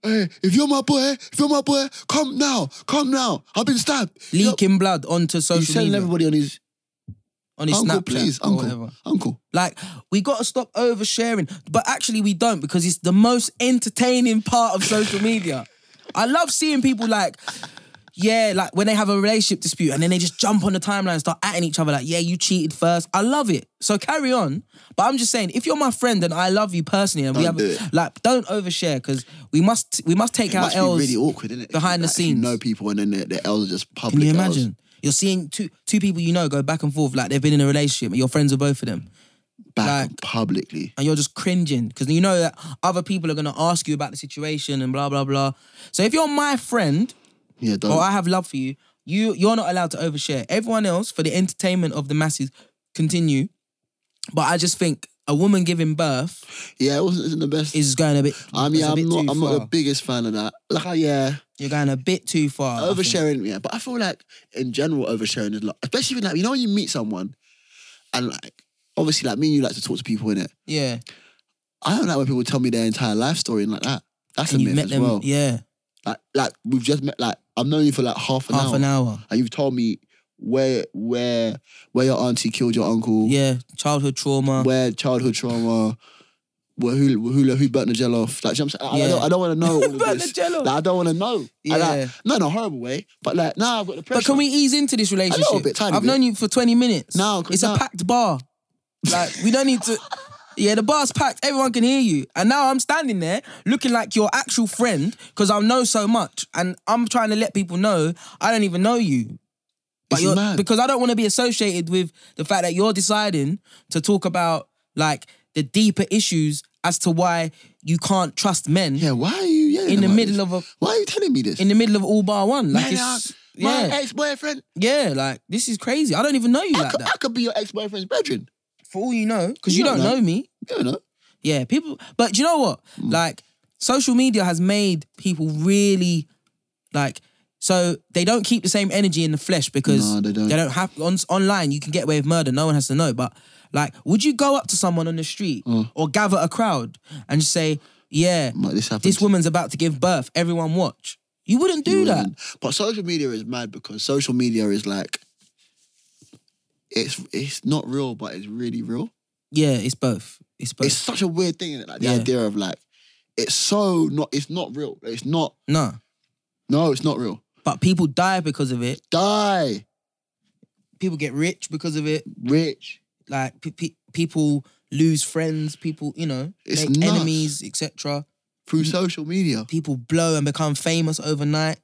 Speaker 1: Hey, if you're my boy, if you're my boy, come now, come now. I've been stabbed. Yo,
Speaker 2: leaking blood onto
Speaker 1: He's
Speaker 2: social
Speaker 1: telling
Speaker 2: media
Speaker 1: everybody on his
Speaker 2: on his
Speaker 1: uncle,
Speaker 2: Snapchat
Speaker 1: please,
Speaker 2: or whatever.
Speaker 1: uncle, uncle.
Speaker 2: Like we got to stop oversharing, but actually we don't because it's the most entertaining part of social media. I love seeing people like. Yeah, like when they have a relationship dispute and then they just jump on the timeline and start atting each other, like, yeah, you cheated first. I love it. So carry on. But I'm just saying, if you're my friend and I love you personally and we have
Speaker 1: Don't do it.
Speaker 2: like don't overshare because we must we must take
Speaker 1: It
Speaker 2: our
Speaker 1: must
Speaker 2: L's.
Speaker 1: be really awkward, isn't it?
Speaker 2: behind the scenes.
Speaker 1: You know people and then their, their L's are just public.
Speaker 2: Can you
Speaker 1: Ls.
Speaker 2: imagine? You're seeing two two people you know go back and forth like they've been in a relationship and you're friends with both of them.
Speaker 1: Back
Speaker 2: Like-
Speaker 1: publicly.
Speaker 2: And you're just cringing because you know that other people are gonna ask you about the situation and blah blah blah. So if you're my friend
Speaker 1: Yeah, don't.
Speaker 2: or I have love for you, you you're not allowed to overshare. Everyone else for the entertainment of the masses continue. But I just think a woman giving birth
Speaker 1: yeah, it wasn't, isn't the best.
Speaker 2: is going a bit.
Speaker 1: I mean,
Speaker 2: it's a bit
Speaker 1: I'm not.
Speaker 2: too
Speaker 1: I'm not the
Speaker 2: far.
Speaker 1: biggest fan of that. Like, I- yeah,
Speaker 2: You're going a bit too far. I think.
Speaker 1: oversharing. Yeah, but I feel like in general, oversharing is like, especially when like you know when you meet someone, and like obviously like me and you like to talk to people in it.
Speaker 2: Yeah.
Speaker 1: I don't like when people tell me their entire life story and like that. That's
Speaker 2: And
Speaker 1: a
Speaker 2: you've
Speaker 1: myth
Speaker 2: met
Speaker 1: as
Speaker 2: them.
Speaker 1: well.
Speaker 2: Yeah.
Speaker 1: Like, like we've just met. Like I've known you for like half an
Speaker 2: half
Speaker 1: hour,
Speaker 2: an hour.
Speaker 1: and you've told me where where where your auntie killed your uncle.
Speaker 2: Yeah. Childhood trauma.
Speaker 1: where childhood trauma, where who who who burnt the gel off. Like, do you know what I'm saying? I- I,
Speaker 2: Yeah. [LAUGHS]
Speaker 1: don't, I don't want to know all of
Speaker 2: Burnt
Speaker 1: this.
Speaker 2: the gel off.
Speaker 1: Like, I don't want to know.
Speaker 2: Yeah.
Speaker 1: And, like, not in a horrible way, but like, nah, I've got the pressure.
Speaker 2: But can we ease into this relationship?
Speaker 1: bit, tiny
Speaker 2: I've
Speaker 1: bit.
Speaker 2: known you for 20 minutes.
Speaker 1: No, 'cause
Speaker 2: it's
Speaker 1: now-
Speaker 2: a packed bar. Like, we don't need to. [LAUGHS] Yeah, the bar's packed. Everyone can hear you. And now I'm standing there looking like your actual friend because I know so much. And I'm trying to let people know I don't even know you. But
Speaker 1: It's
Speaker 2: you're,
Speaker 1: mad.
Speaker 2: because I don't want to be associated with the fact that you're deciding to talk about like the deeper issues as to why you can't trust men
Speaker 1: Yeah, why are you yelling
Speaker 2: in the
Speaker 1: about
Speaker 2: middle
Speaker 1: this?
Speaker 2: of a
Speaker 1: Why are you telling me this?
Speaker 2: in the middle of all bar one.
Speaker 1: Man,
Speaker 2: Like it's
Speaker 1: I- my
Speaker 2: yeah.
Speaker 1: ex-boyfriend.
Speaker 2: Yeah, like this is crazy. I don't even know you
Speaker 1: I
Speaker 2: like
Speaker 1: could,
Speaker 2: [LAUGHS] that.
Speaker 1: I could be your ex-boyfriend's brethren.
Speaker 2: For all you know, because you,
Speaker 1: You
Speaker 2: don't
Speaker 1: don't
Speaker 2: know. Mm. me.
Speaker 1: You know.
Speaker 2: Yeah, people. But do you know what? Like, social media has made people really, like, So they don't keep the same energy in the flesh because
Speaker 1: No, they don't.
Speaker 2: have on, online. You can get away with murder; no one has to know. But like, would you go up to someone on the street or gather a crowd and just say, "Yeah,
Speaker 1: Like, this happened.
Speaker 2: this woman's about to give birth. Everyone watch." Mm. You wouldn't do that.
Speaker 1: But social media is mad because social media is like it's it's not real, but it's really real.
Speaker 2: Yeah, it's both. It's both.
Speaker 1: It's such a weird thing, is Like the
Speaker 2: Yeah.
Speaker 1: idea of like it's so not it's not real. It's not
Speaker 2: no,
Speaker 1: no, it's not real.
Speaker 2: but people die because of it.
Speaker 1: Die
Speaker 2: People get rich because of it.
Speaker 1: rich.
Speaker 2: Like pe- pe- people lose friends. People, you know,
Speaker 1: It's
Speaker 2: make
Speaker 1: nuts.
Speaker 2: enemies, etc.
Speaker 1: Through
Speaker 2: Mm.
Speaker 1: social media,
Speaker 2: People blow and become famous overnight.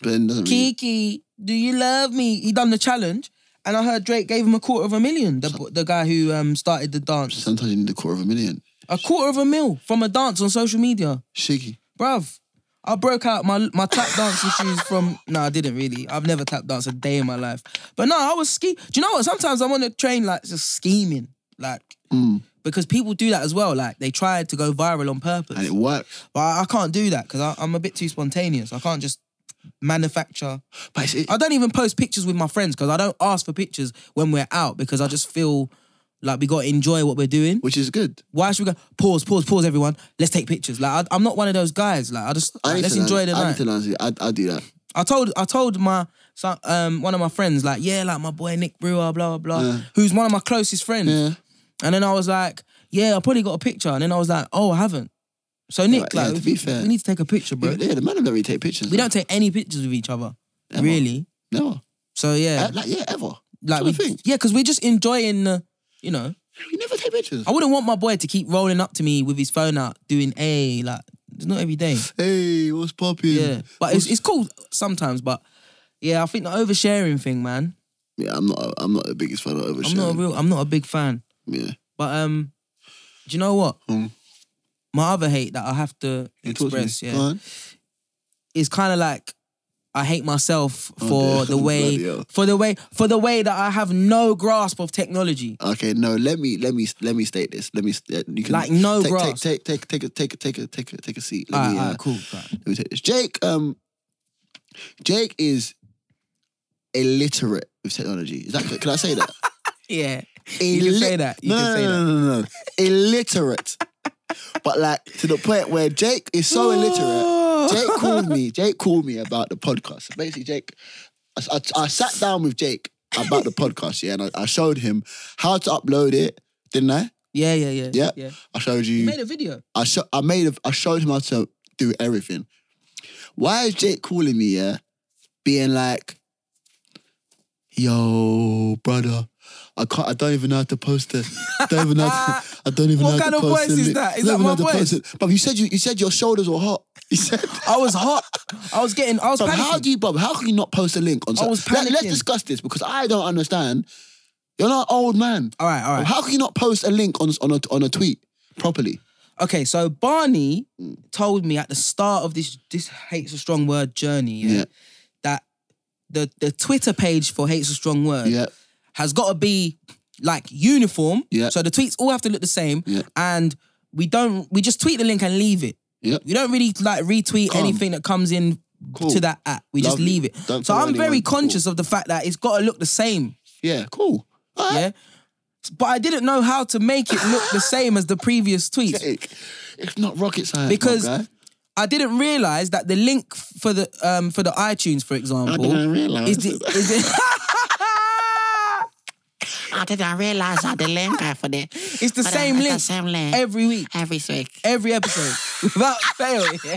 Speaker 1: but then it doesn't really-
Speaker 2: Kiki, do you love me? He done the challenge, and I heard Drake gave him a quarter of a million. The, the guy who um started the dance,
Speaker 1: sometimes you need a quarter of a million.
Speaker 2: a quarter of a mil from a dance on social media,
Speaker 1: Shiggy.
Speaker 2: bruv. I broke out my my tap dancing shoes from. No, I didn't really. I've never tap danced a day in my life. But no, I was ski. Do you know what? Sometimes I'm on the train like just scheming, like
Speaker 1: Mm.
Speaker 2: because people do that as well. Like they try to go viral on purpose.
Speaker 1: And it works.
Speaker 2: But I, I can't do that because I'm a bit too spontaneous. I can't just manufacture.
Speaker 1: But it's, it,
Speaker 2: I don't even post pictures with my friends because I don't ask for pictures when we're out because I just feel like we got to enjoy what we're doing.
Speaker 1: which is good.
Speaker 2: Why should we go pause, pause, pause, everyone? Let's take pictures. Like I, I'm not one of those guys. Like I just
Speaker 1: I
Speaker 2: like,
Speaker 1: need
Speaker 2: let's
Speaker 1: to learn-
Speaker 2: enjoy the
Speaker 1: I
Speaker 2: night.
Speaker 1: need to learn to- I, I do that.
Speaker 2: I told I told my so- um one of my friends like yeah like my boy Nick Brewer blah blah blah
Speaker 1: Yeah.
Speaker 2: who's one of my closest friends
Speaker 1: Yeah.
Speaker 2: and then I was like yeah I probably got a picture and then I was like oh I haven't so Nick
Speaker 1: yeah,
Speaker 2: like
Speaker 1: to
Speaker 2: if
Speaker 1: be
Speaker 2: you-
Speaker 1: fair.
Speaker 2: we need to take a picture bro
Speaker 1: Yeah, the man don't really take pictures.
Speaker 2: we don't take any pictures with each other
Speaker 1: Ever.
Speaker 2: really
Speaker 1: Never.
Speaker 2: so yeah
Speaker 1: Eh, Like, yeah, ever.
Speaker 2: like
Speaker 1: Sort
Speaker 2: we,
Speaker 1: of thing.
Speaker 2: yeah because we're just enjoying the you know
Speaker 1: We never take pictures.
Speaker 2: I wouldn't want my boy to keep rolling up to me with his phone out doing a like it's not every
Speaker 1: [SIGHS]
Speaker 2: day.
Speaker 1: Hey, what's popping?
Speaker 2: Yeah, but it's it's cool sometimes. But yeah, I think the oversharing thing, man.
Speaker 1: Yeah, I'm not. I'm not the biggest fan of oversharing.
Speaker 2: I'm not a real. I'm not a big fan.
Speaker 1: Yeah,
Speaker 2: But um, do you know what?
Speaker 1: Hmm.
Speaker 2: My other hate that I have to
Speaker 1: You talk to me.
Speaker 2: express,
Speaker 1: Go
Speaker 2: yeah,
Speaker 1: on.
Speaker 2: is kind of like I hate myself
Speaker 1: [LAUGHS] Oh,
Speaker 2: for
Speaker 1: dear.
Speaker 2: the way
Speaker 1: Bloody hell.
Speaker 2: for the way for the way that I have no grasp of technology.
Speaker 1: Okay, no. Let me. Let me. Let me state this. Let me. yeah, You can
Speaker 2: Like, no
Speaker 1: take,
Speaker 2: grass.
Speaker 1: Take take take take a take a take a take a take a seat. Let
Speaker 2: All right,
Speaker 1: me.
Speaker 2: all
Speaker 1: uh,
Speaker 2: right, cool. all right.
Speaker 1: Let me take this. Jake. Um. Jake is illiterate with technology. Is that? Can I say that?
Speaker 2: Yeah, You can say that. You
Speaker 1: no,
Speaker 2: can
Speaker 1: no,
Speaker 2: say
Speaker 1: no,
Speaker 2: that.
Speaker 1: no, no, no. illiterate. But like to the point where Jake is [LAUGHS] so illiterate.
Speaker 2: [LAUGHS]
Speaker 1: Jake called me. Jake called me about the podcast. Basically, Jake, I, I, I sat down with Jake about the podcast. Yeah, and I, I showed him how to upload it. Didn't I?
Speaker 2: Yeah, yeah, yeah.
Speaker 1: Yeah.
Speaker 2: yeah.
Speaker 1: I showed
Speaker 2: You
Speaker 1: you.
Speaker 2: made
Speaker 1: [LAUGHS]
Speaker 2: a video.
Speaker 1: I sho- I made. A, I showed him how to do everything. Why is Jake calling me? Yeah, being like, "Yo, brother, I can't. I don't even know how to post it. Don't even know. How
Speaker 2: [LAUGHS]
Speaker 1: to, I don't even
Speaker 2: What
Speaker 1: know how
Speaker 2: kind
Speaker 1: to
Speaker 2: of
Speaker 1: post
Speaker 2: voice
Speaker 1: it.
Speaker 2: is that?
Speaker 1: Don't
Speaker 2: Is that
Speaker 1: even know
Speaker 2: my
Speaker 1: how to
Speaker 2: voice?
Speaker 1: post it. But you said you, you said your shoulders were
Speaker 2: [LAUGHS]
Speaker 1: hot. You said.
Speaker 2: I was hot. I was getting. I was.
Speaker 1: But how
Speaker 2: panicking.
Speaker 1: do you, Bob? How can you not post a link on?
Speaker 2: I was
Speaker 1: Let, us
Speaker 2: panicking.
Speaker 1: discuss this because I don't understand. You're not an old man.
Speaker 2: all right, all right.
Speaker 1: How can you not post a link on on a, on a tweet properly?
Speaker 2: Okay, so Barney
Speaker 1: Mm.
Speaker 2: told me at the start of this this hates a strong word journey yeah,
Speaker 1: Yeah.
Speaker 2: that the the Twitter page for hates a strong word
Speaker 1: Yeah,
Speaker 2: has got to be like uniform.
Speaker 1: Yeah.
Speaker 2: So the tweets all have to look the same,
Speaker 1: Yeah.
Speaker 2: and we don't we just tweet the link and leave it.
Speaker 1: yeah.
Speaker 2: We don't really like retweet
Speaker 1: Come.
Speaker 2: anything that comes in
Speaker 1: Cool.
Speaker 2: to that app. We just
Speaker 1: Lovely.
Speaker 2: leave it.
Speaker 1: Don't
Speaker 2: so
Speaker 1: follow
Speaker 2: I'm very
Speaker 1: anyone. Cool.
Speaker 2: conscious of the fact that it's got to look the same.
Speaker 1: Yeah, cool. All right.
Speaker 2: Yeah. But I didn't know how to make it look the same as the previous tweets.
Speaker 1: Jake, it's not rocket science.
Speaker 2: Because- [LAUGHS]
Speaker 1: my guy.
Speaker 2: I didn't realize that the link for the um for the iTunes, for
Speaker 1: I
Speaker 2: example,
Speaker 1: didn't realize.
Speaker 2: is the is the,
Speaker 3: I didn't realize I the link for the
Speaker 2: [LAUGHS]
Speaker 3: uh,
Speaker 2: it's the same
Speaker 3: it's
Speaker 2: link
Speaker 3: the same link
Speaker 2: every week,
Speaker 3: every week.
Speaker 2: every episode,
Speaker 1: [LAUGHS]
Speaker 2: without fail. yeah.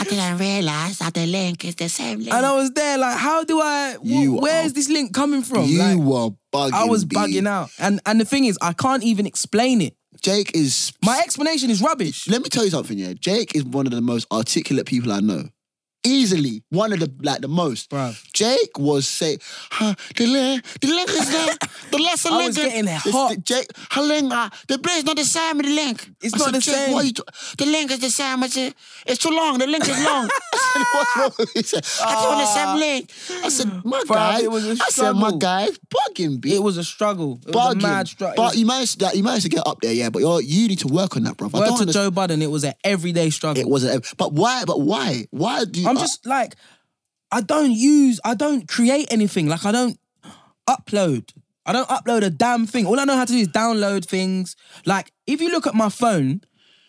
Speaker 3: I didn't realize that the link is the same link.
Speaker 2: And I was there like, how do I? wh-
Speaker 1: You
Speaker 2: where's
Speaker 1: are-
Speaker 2: this link coming from?
Speaker 1: you
Speaker 2: Like,
Speaker 1: were bugging.
Speaker 2: I was
Speaker 1: B.
Speaker 2: bugging out, and and the thing is, I can't even explain it.
Speaker 1: Jake is.
Speaker 2: My explanation is rubbish.
Speaker 1: Let me tell you something. Yeah, Jake is one of the most articulate people I know. easily one of the like the most.
Speaker 2: Bruv.
Speaker 1: Jake was say, huh, the link, the link is there.
Speaker 2: [LAUGHS]
Speaker 1: The last
Speaker 2: I was
Speaker 1: link.
Speaker 2: getting
Speaker 1: This-
Speaker 2: hot.
Speaker 1: The, Jake, her link, uh, the place not the same. with The link.
Speaker 2: It's
Speaker 1: I
Speaker 2: not
Speaker 1: said,
Speaker 2: the
Speaker 1: Jake,
Speaker 2: same.
Speaker 1: What are you t- the link is the same. It's, it's too long. The link is
Speaker 3: [LAUGHS]
Speaker 1: long. [LAUGHS] I said, what's wrong with you? He said, I don't want the
Speaker 2: Ah.
Speaker 1: same link. I said, my
Speaker 2: Bruv,
Speaker 1: guy.
Speaker 2: Uh, it was a
Speaker 1: I said, my
Speaker 2: struggle.
Speaker 1: guy, bugging, bitch
Speaker 2: It was a struggle. It was a
Speaker 1: bargain.
Speaker 2: mad struggle.
Speaker 1: But you managed that you managed to get up there, yeah. But you're, you need to work on that, bro. I
Speaker 2: Word
Speaker 1: don't
Speaker 2: to
Speaker 1: understand.
Speaker 2: Joe Budden, it was an everyday struggle.
Speaker 1: It wasn't. But why? But why? Why do you? uh,
Speaker 2: I'm
Speaker 1: I-
Speaker 2: just like, I don't use, I don't create anything. Like I don't upload. I don't upload a damn thing. All I know how to do is download things. Like if you look at my phone,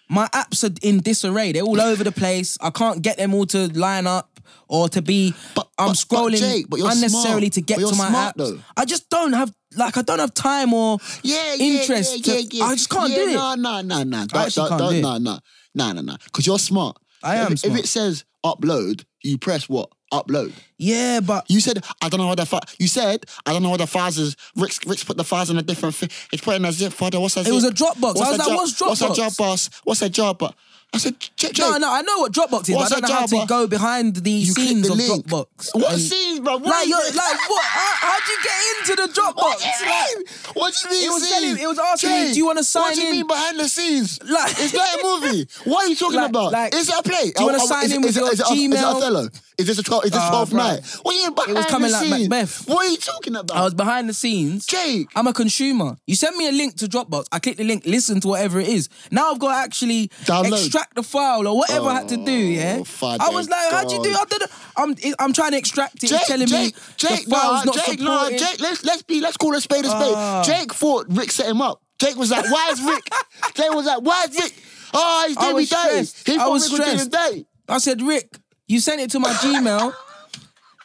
Speaker 2: my apps are in disarray. They're all over the place. I can't get them all to line up or to be.
Speaker 1: But-
Speaker 2: I'm
Speaker 1: but- but
Speaker 2: scrolling
Speaker 1: Jake, but you're
Speaker 2: unnecessarily
Speaker 1: smart.
Speaker 2: to get
Speaker 1: But you're
Speaker 2: to my
Speaker 1: smart,
Speaker 2: apps.
Speaker 1: though.
Speaker 2: I just don't have like I don't have time or
Speaker 1: yeah, yeah,
Speaker 2: interest.
Speaker 1: Yeah, yeah,
Speaker 2: to-
Speaker 1: yeah.
Speaker 2: I just can't
Speaker 1: yeah,
Speaker 2: do it.
Speaker 1: No, no, no, no. Don't,
Speaker 2: actually
Speaker 1: don't,
Speaker 2: can't
Speaker 1: don't,
Speaker 2: do it.
Speaker 1: no, no, no, no, no. Because you're smart.
Speaker 2: I am
Speaker 1: If,
Speaker 2: smart.
Speaker 1: if it says upload, you press what? Upload.
Speaker 2: Yeah, but
Speaker 1: You said I don't know how the fi- you said I don't know how the files is. Rick's, Rick's put the files in a different. Fi- it's put in a zip folder. What's a zip?
Speaker 2: was a Dropbox.
Speaker 1: What's
Speaker 2: I was
Speaker 1: a
Speaker 2: like, what's
Speaker 1: What's a
Speaker 2: Dropbox?
Speaker 1: Dropbox? What's a Dropbox? I said, Jake,
Speaker 2: No,
Speaker 1: Jake,
Speaker 2: no, I know what Dropbox is.
Speaker 1: What's
Speaker 2: but I don't
Speaker 1: a
Speaker 2: know how to
Speaker 1: Dropbox?
Speaker 2: go behind the
Speaker 1: you click
Speaker 2: scenes
Speaker 1: the
Speaker 2: of
Speaker 1: link.
Speaker 2: Dropbox.
Speaker 1: What
Speaker 2: And-
Speaker 1: scenes, bro? What
Speaker 2: Like,
Speaker 1: is
Speaker 2: you're,
Speaker 1: it?
Speaker 2: like what? How, how'd you get into the Dropbox?
Speaker 1: What do you
Speaker 2: Like,
Speaker 1: mean? What do you mean?
Speaker 2: It was
Speaker 1: scenes?
Speaker 2: telling- it was asking me, do you wanna sign
Speaker 1: What do you
Speaker 2: in?
Speaker 1: mean behind the scenes?
Speaker 2: Like-
Speaker 1: it's not
Speaker 2: [LAUGHS]
Speaker 1: a movie. What are you talking
Speaker 2: Like-
Speaker 1: about?
Speaker 2: like,
Speaker 1: is it a play?
Speaker 2: you wanna
Speaker 1: Oh, oh,
Speaker 2: sign
Speaker 1: is-
Speaker 2: in with
Speaker 1: is it-
Speaker 2: your
Speaker 1: is it- Is it
Speaker 2: Gmail?
Speaker 1: Othello? Is this a twelve? Is this
Speaker 2: Ah,
Speaker 1: twelfth
Speaker 2: bro.
Speaker 1: night? What are you behind
Speaker 2: coming
Speaker 1: the
Speaker 2: like
Speaker 1: scenes?
Speaker 2: Macbeth.
Speaker 1: What are you talking about?
Speaker 2: I was behind the scenes.
Speaker 1: Jake.
Speaker 2: I'm a consumer. You send me a link to Dropbox. I click the link, listen to whatever it is. Now I've got to actually
Speaker 1: Download.
Speaker 2: extract the file or whatever I had to do. Yeah,
Speaker 1: Oh, Father
Speaker 2: I was like, how'd you do?
Speaker 1: God.
Speaker 2: I don't know. I'm it- I'm trying to extract it.
Speaker 1: Jake,
Speaker 2: it's telling
Speaker 1: Jake,
Speaker 2: me
Speaker 1: Jake,
Speaker 2: the file's
Speaker 1: no,
Speaker 2: not
Speaker 1: Jake, no,
Speaker 2: supported.
Speaker 1: Jake. Let's let's be let's call a spade a spade.
Speaker 2: Ah.
Speaker 1: Jake thought Rick set him up. Jake was like, why is
Speaker 2: [LAUGHS]
Speaker 1: Rick? Jake was like, why is Rick? Oh, he's
Speaker 2: I
Speaker 1: doing me
Speaker 2: was
Speaker 1: dirty.
Speaker 2: stressed.
Speaker 1: He
Speaker 2: I
Speaker 1: thought
Speaker 2: was
Speaker 1: Rick was doing him
Speaker 2: stressed.
Speaker 1: dirty.
Speaker 2: I said, Rick, you sent it to my Gmail.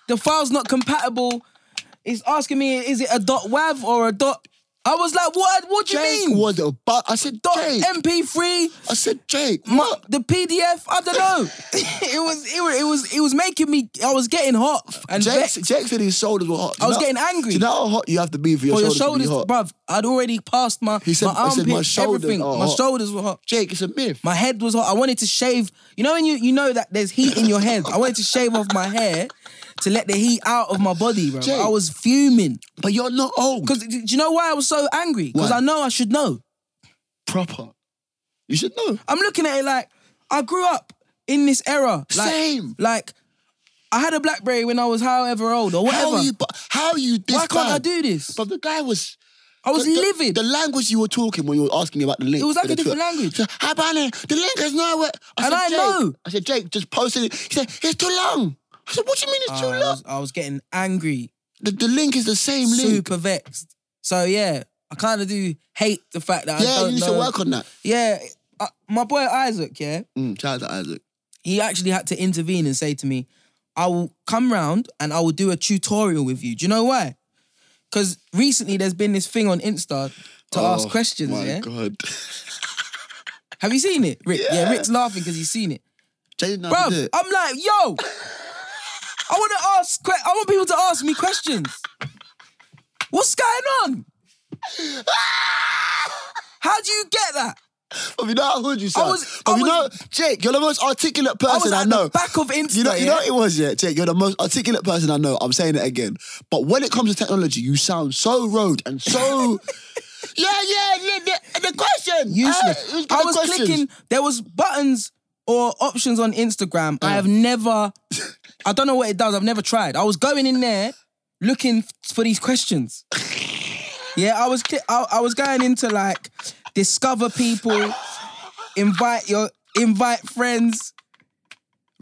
Speaker 2: The file's not compatible. It's asking me, is it a dot .wav or a dot? I was like, what? What do you
Speaker 1: Jake
Speaker 2: mean?
Speaker 1: was a bu- I said,
Speaker 2: Dot
Speaker 1: Jake.
Speaker 2: MP3,
Speaker 1: I said, Jake.
Speaker 2: my, the PDF. I don't
Speaker 1: [LAUGHS]
Speaker 2: know. it was, it was, it was, it was making me. I was getting hot and
Speaker 1: Jake,
Speaker 2: vexed.
Speaker 1: Jake said his shoulders were hot.
Speaker 2: I was
Speaker 1: Do you
Speaker 2: getting angry.
Speaker 1: Do you know how hot you have to be for your,
Speaker 2: Or your
Speaker 1: shoulders, to
Speaker 2: shoulders,
Speaker 1: be hot?
Speaker 2: bruv. I'd already passed my,
Speaker 1: He said-
Speaker 2: my
Speaker 1: I said
Speaker 2: armpit,
Speaker 1: my shoulders
Speaker 2: everything.
Speaker 1: are
Speaker 2: My
Speaker 1: hot.
Speaker 2: shoulders were hot.
Speaker 1: Jake, it's a myth.
Speaker 2: My head was hot. I wanted to shave. You know when you you know that there's heat in your head. I wanted to shave off my hair to let the heat out of my body, bro.
Speaker 1: Jake.
Speaker 2: I was fuming
Speaker 1: but you're not old.
Speaker 2: because do you know why I was so angry? Because
Speaker 1: Why?
Speaker 2: I know I should know.
Speaker 1: proper. You should know.
Speaker 2: I'm looking at it like I grew up in this era. Like,
Speaker 1: Same.
Speaker 2: Like I had a BlackBerry when I was however old or
Speaker 1: How
Speaker 2: whatever.
Speaker 1: are you? bu- How are you? This
Speaker 2: why can't I
Speaker 1: bad?
Speaker 2: do this?
Speaker 1: But the guy was.
Speaker 2: I was
Speaker 1: the, the-
Speaker 2: livid.
Speaker 1: The language you were talking when you were asking me about the link.
Speaker 2: It was like
Speaker 1: for the
Speaker 2: a different
Speaker 1: tour.
Speaker 2: language.
Speaker 1: So, How about it? The link is nowhere. I
Speaker 2: And
Speaker 1: said,
Speaker 2: I
Speaker 1: Jake.
Speaker 2: know.
Speaker 1: I said, Jake, just posted it. He said, it's too long. I said, what do you mean it's
Speaker 2: I
Speaker 1: too long?
Speaker 2: was, I was getting angry,
Speaker 1: The, the link is the same link.
Speaker 2: super vexed. So yeah, I kind of do hate the fact that I
Speaker 1: Yeah,
Speaker 2: don't
Speaker 1: you need
Speaker 2: know.
Speaker 1: to work on that.
Speaker 2: Yeah, uh, my boy Isaac, yeah,
Speaker 1: Mm, shout out to Isaac.
Speaker 2: he actually had to intervene and say to me, I will come round and I will do a tutorial with you. Do you know why? Because recently there's been this thing on Insta to ask
Speaker 1: Oh,
Speaker 2: questions,
Speaker 1: My
Speaker 2: yeah?
Speaker 1: God. [LAUGHS]
Speaker 2: Have you seen it, Rick? Yeah,
Speaker 1: Yeah.
Speaker 2: Rick's laughing because he's seen it.
Speaker 1: Jay now
Speaker 2: Bruv,
Speaker 1: did it.
Speaker 2: I'm like, yo, I want to ask, que- I want people to ask me questions. What's going
Speaker 1: [LAUGHS]
Speaker 2: on? How do you get that?
Speaker 1: But you know how hood you sound.
Speaker 2: was-
Speaker 1: but
Speaker 2: I
Speaker 1: you
Speaker 2: was-
Speaker 1: know, Jake, you're the most articulate
Speaker 2: I was
Speaker 1: person
Speaker 2: at
Speaker 1: I, know.
Speaker 2: the back of Insta.
Speaker 1: you know, you
Speaker 2: yeah?
Speaker 1: know what it was, yeah, Jake. You're the most articulate person I know. I'm saying it again. But when it comes to technology, you sound so road and
Speaker 2: [LAUGHS]
Speaker 1: so. yeah, yeah, yeah, yeah. The question.
Speaker 2: Useless.
Speaker 1: Uh, who's got
Speaker 2: I
Speaker 1: the
Speaker 2: was
Speaker 1: questions?
Speaker 2: clicking. There was buttons or options on Instagram. I
Speaker 1: [LAUGHS]
Speaker 2: have never. I don't know what it does. I've never tried. I was going in there looking f- for these questions. Yeah, I was. cli I, I was going into like discover people, invite your invite friends,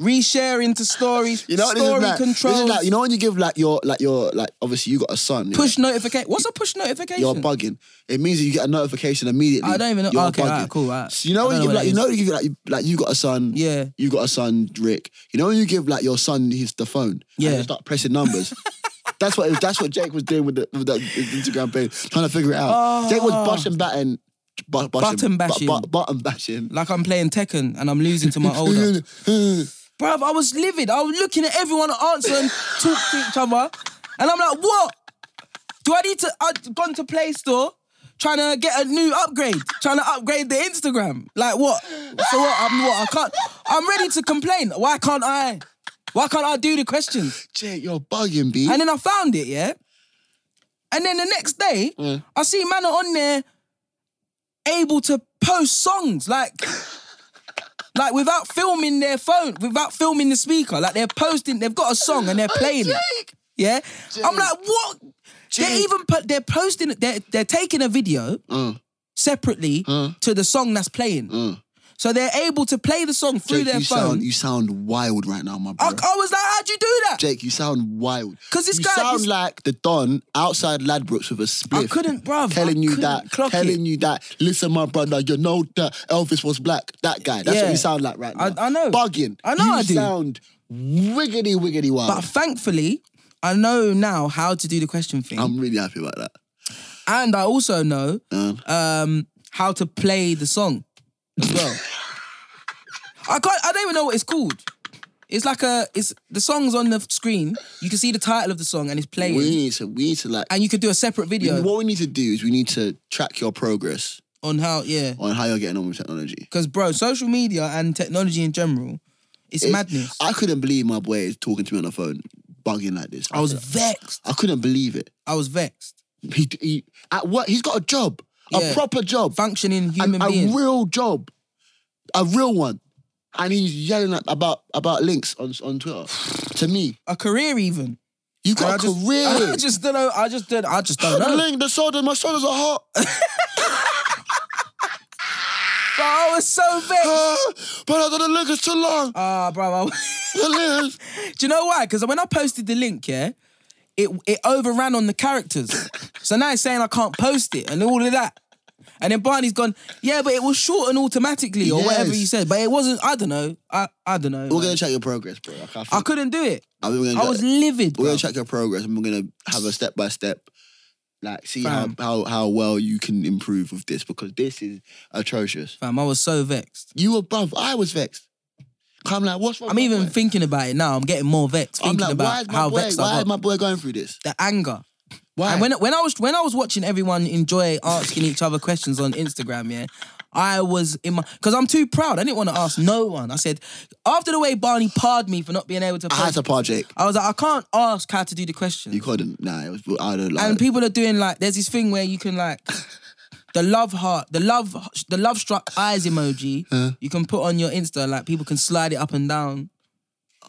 Speaker 2: reshare into stories.
Speaker 1: You know, what this
Speaker 2: story
Speaker 1: is like,
Speaker 2: controls.
Speaker 1: This is like, you know when you give like your like your like obviously you got a son. yeah?
Speaker 2: push notification. What's a push notification?
Speaker 1: You're bugging. It means that you get a notification immediately.
Speaker 2: I don't even know-
Speaker 1: You're
Speaker 2: okay,
Speaker 1: bugging.
Speaker 2: alright, cool, alright.
Speaker 1: So you know
Speaker 2: I
Speaker 1: when you
Speaker 2: don't
Speaker 1: give
Speaker 2: know
Speaker 1: like
Speaker 2: what
Speaker 1: you
Speaker 2: that
Speaker 1: know you give like you, like you got a son.
Speaker 2: Yeah.
Speaker 1: You got a son, Rick. You know when you give like your son his the phone. And
Speaker 2: Yeah.
Speaker 1: you start pressing
Speaker 2: [LAUGHS]
Speaker 1: numbers. that's what that's what Jake was doing with the with that Instagram page, trying to figure it out. Jake was button batting. Bu-
Speaker 2: Oh. Button
Speaker 1: bashing,
Speaker 2: bashing.
Speaker 1: Bu- bu- button bashing.
Speaker 2: like I'm playing Tekken and I'm losing
Speaker 1: [LAUGHS]
Speaker 2: to my older. Bruv, I was livid. I was looking at everyone answer and talk to each other. And I'm like, what? Do I need to? I've gone to Play Store trying to get a new upgrade, trying to upgrade the Instagram. Like, what? So what? I'm what? I can't. I'm ready to complain. Why can't I? Why can't I do the questions?
Speaker 1: [GASPS] Jake, you're bugging, B.
Speaker 2: And then I found it, yeah. And then the next day,
Speaker 1: Mm.
Speaker 2: I see man are on there able to post songs like like without filming their phone, without filming the speaker. Like they're posting, they've got a song and they're playing it.
Speaker 1: Jake,
Speaker 2: Yeah. I'm
Speaker 1: Jake.
Speaker 2: like, what? They're
Speaker 1: Jake.
Speaker 2: even put, they're posting they're they're taking a video
Speaker 1: Mm,
Speaker 2: separately
Speaker 1: Mm.
Speaker 2: to the song that's playing.
Speaker 1: mm.
Speaker 2: So they're able to play the song through
Speaker 1: Jake,
Speaker 2: their
Speaker 1: you
Speaker 2: phone.
Speaker 1: sound you sound wild right now, my
Speaker 2: I,
Speaker 1: brother.
Speaker 2: I was like, how'd you do that?
Speaker 1: Jake, you sound wild.
Speaker 2: 'Cause this
Speaker 1: you
Speaker 2: guy-
Speaker 1: sound
Speaker 2: this-
Speaker 1: like the Don outside Ladbrokes with a split.
Speaker 2: I couldn't, bruv. I
Speaker 1: Telling you
Speaker 2: couldn't
Speaker 1: that,
Speaker 2: clock
Speaker 1: telling
Speaker 2: it.
Speaker 1: you that. Listen, my brother, you know that Elvis was black. That guy. That's
Speaker 2: Yeah.
Speaker 1: what you sound like right now.
Speaker 2: I- I know.
Speaker 1: Bugging.
Speaker 2: I know
Speaker 1: You
Speaker 2: I do.
Speaker 1: sound wiggity wiggity wild.
Speaker 2: But thankfully, I know now how to do the question thing.
Speaker 1: I'm really happy about that.
Speaker 2: and I also know
Speaker 1: Um,
Speaker 2: um, how to play the song as well. I can't, I don't even know what it's called. It's like a, it's the song's on the screen. You can see the title of the song and it's playing.
Speaker 1: we need to we need to like
Speaker 2: and you could do a separate video
Speaker 1: what we need to do is we need to track your progress
Speaker 2: on how, yeah.
Speaker 1: on how you're getting on with technology.
Speaker 2: Because, bro, social media and technology in general, it's,
Speaker 1: It's-
Speaker 2: madness. I,
Speaker 1: I couldn't believe my boy is talking to me on the phone, bugging like this.
Speaker 2: was vexed.
Speaker 1: I couldn't believe it.
Speaker 2: I was vexed.
Speaker 1: He, he at work. He's got a job,
Speaker 2: Yeah.
Speaker 1: a proper job,
Speaker 2: Functioning
Speaker 1: an-
Speaker 2: human
Speaker 1: a,
Speaker 2: being.
Speaker 1: real job, a real one, and he's yelling at, about about links on on Twitter to me.
Speaker 2: a career even.
Speaker 1: You
Speaker 2: And I
Speaker 1: got a
Speaker 2: just- [LAUGHS]
Speaker 1: career.
Speaker 2: I just don't know. I just don't. I
Speaker 1: [LAUGHS]
Speaker 2: just don't know.
Speaker 1: Link the shoulders. My shoulders are hot.
Speaker 2: Bro, I was Oh, so
Speaker 1: [GASPS]
Speaker 2: vexed.
Speaker 1: Ah, but I thought the link is too long.
Speaker 2: Ah, bro. I-
Speaker 1: The link.
Speaker 2: [LAUGHS] Do you know why? Because when I posted the link, yeah, it it overran on the
Speaker 1: [LAUGHS]
Speaker 2: characters. so now it's saying I can't post it and all of that. And then Barney's gone, yeah, but it was shortened automatically or whatever
Speaker 1: Yes.
Speaker 2: you said. But it wasn't. I don't know. I I don't know.
Speaker 1: We're
Speaker 2: man.
Speaker 1: gonna check your progress, bro. Like, I,
Speaker 2: I
Speaker 1: think-
Speaker 2: couldn't do it.
Speaker 1: I think we're gonna
Speaker 2: I
Speaker 1: do
Speaker 2: was
Speaker 1: it.
Speaker 2: livid.
Speaker 1: We're
Speaker 2: bro.
Speaker 1: gonna check your progress, and we're gonna have a step by step, like see how,
Speaker 2: Fam.
Speaker 1: how how well you can improve with this because this is atrocious.
Speaker 2: Fam, I was so vexed.
Speaker 1: You were bruv, I was vexed. I'm like, what's wrong?
Speaker 2: I'm
Speaker 1: with my
Speaker 2: even
Speaker 1: boy?
Speaker 2: thinking about it now. I'm getting more vexed.
Speaker 1: I'm
Speaker 2: Thinking
Speaker 1: like, why
Speaker 2: about
Speaker 1: is my
Speaker 2: how
Speaker 1: boy?
Speaker 2: vexed I
Speaker 1: Why
Speaker 2: got.
Speaker 1: is my boy going through this?
Speaker 2: the anger.
Speaker 1: Why?
Speaker 2: And when when I was when I was watching everyone enjoy asking each other questions on Instagram, yeah, I was in my because I'm too proud. I didn't want to ask no one. I said after the way Barney parred me for not being able to,
Speaker 1: I had
Speaker 2: post,
Speaker 1: to par Jake.
Speaker 2: I was like, I can't ask how to do the question.
Speaker 1: You couldn't. Nah, it was. I don't like.
Speaker 2: And
Speaker 1: And
Speaker 2: people are doing like there's this thing where you can like the love heart, the love, the love struck eyes emoji. You can put on your Insta like people can slide it up and down.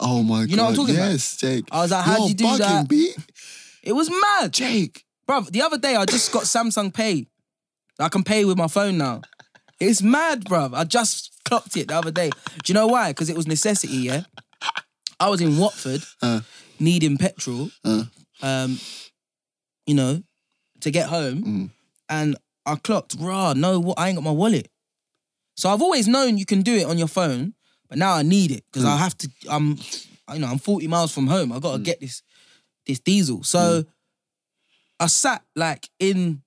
Speaker 1: oh my god.
Speaker 2: You know what I'm talking about?
Speaker 1: yes, Jake.
Speaker 2: I was like, how'd
Speaker 1: You're
Speaker 2: you do
Speaker 1: bugging,
Speaker 2: that?
Speaker 1: B.
Speaker 2: It was mad,
Speaker 1: Jake.
Speaker 2: bro. The other day I just got Samsung Pay. I can pay with my phone now. It's mad, bruv. I just clocked it the other day. Do you know why? Because it was necessity, yeah? I was in Watford
Speaker 1: Uh.
Speaker 2: needing petrol,
Speaker 1: Uh.
Speaker 2: um, you know, to get home.
Speaker 1: Mm.
Speaker 2: And I clocked, rah, no, wa- I ain't got my wallet. So I've always known you can do it on your phone, but now I need it because
Speaker 1: Mm.
Speaker 2: I have to, I'm, you know, I'm 40 miles from home. I got to get this, this diesel.
Speaker 1: Mm.
Speaker 2: So I sat like in,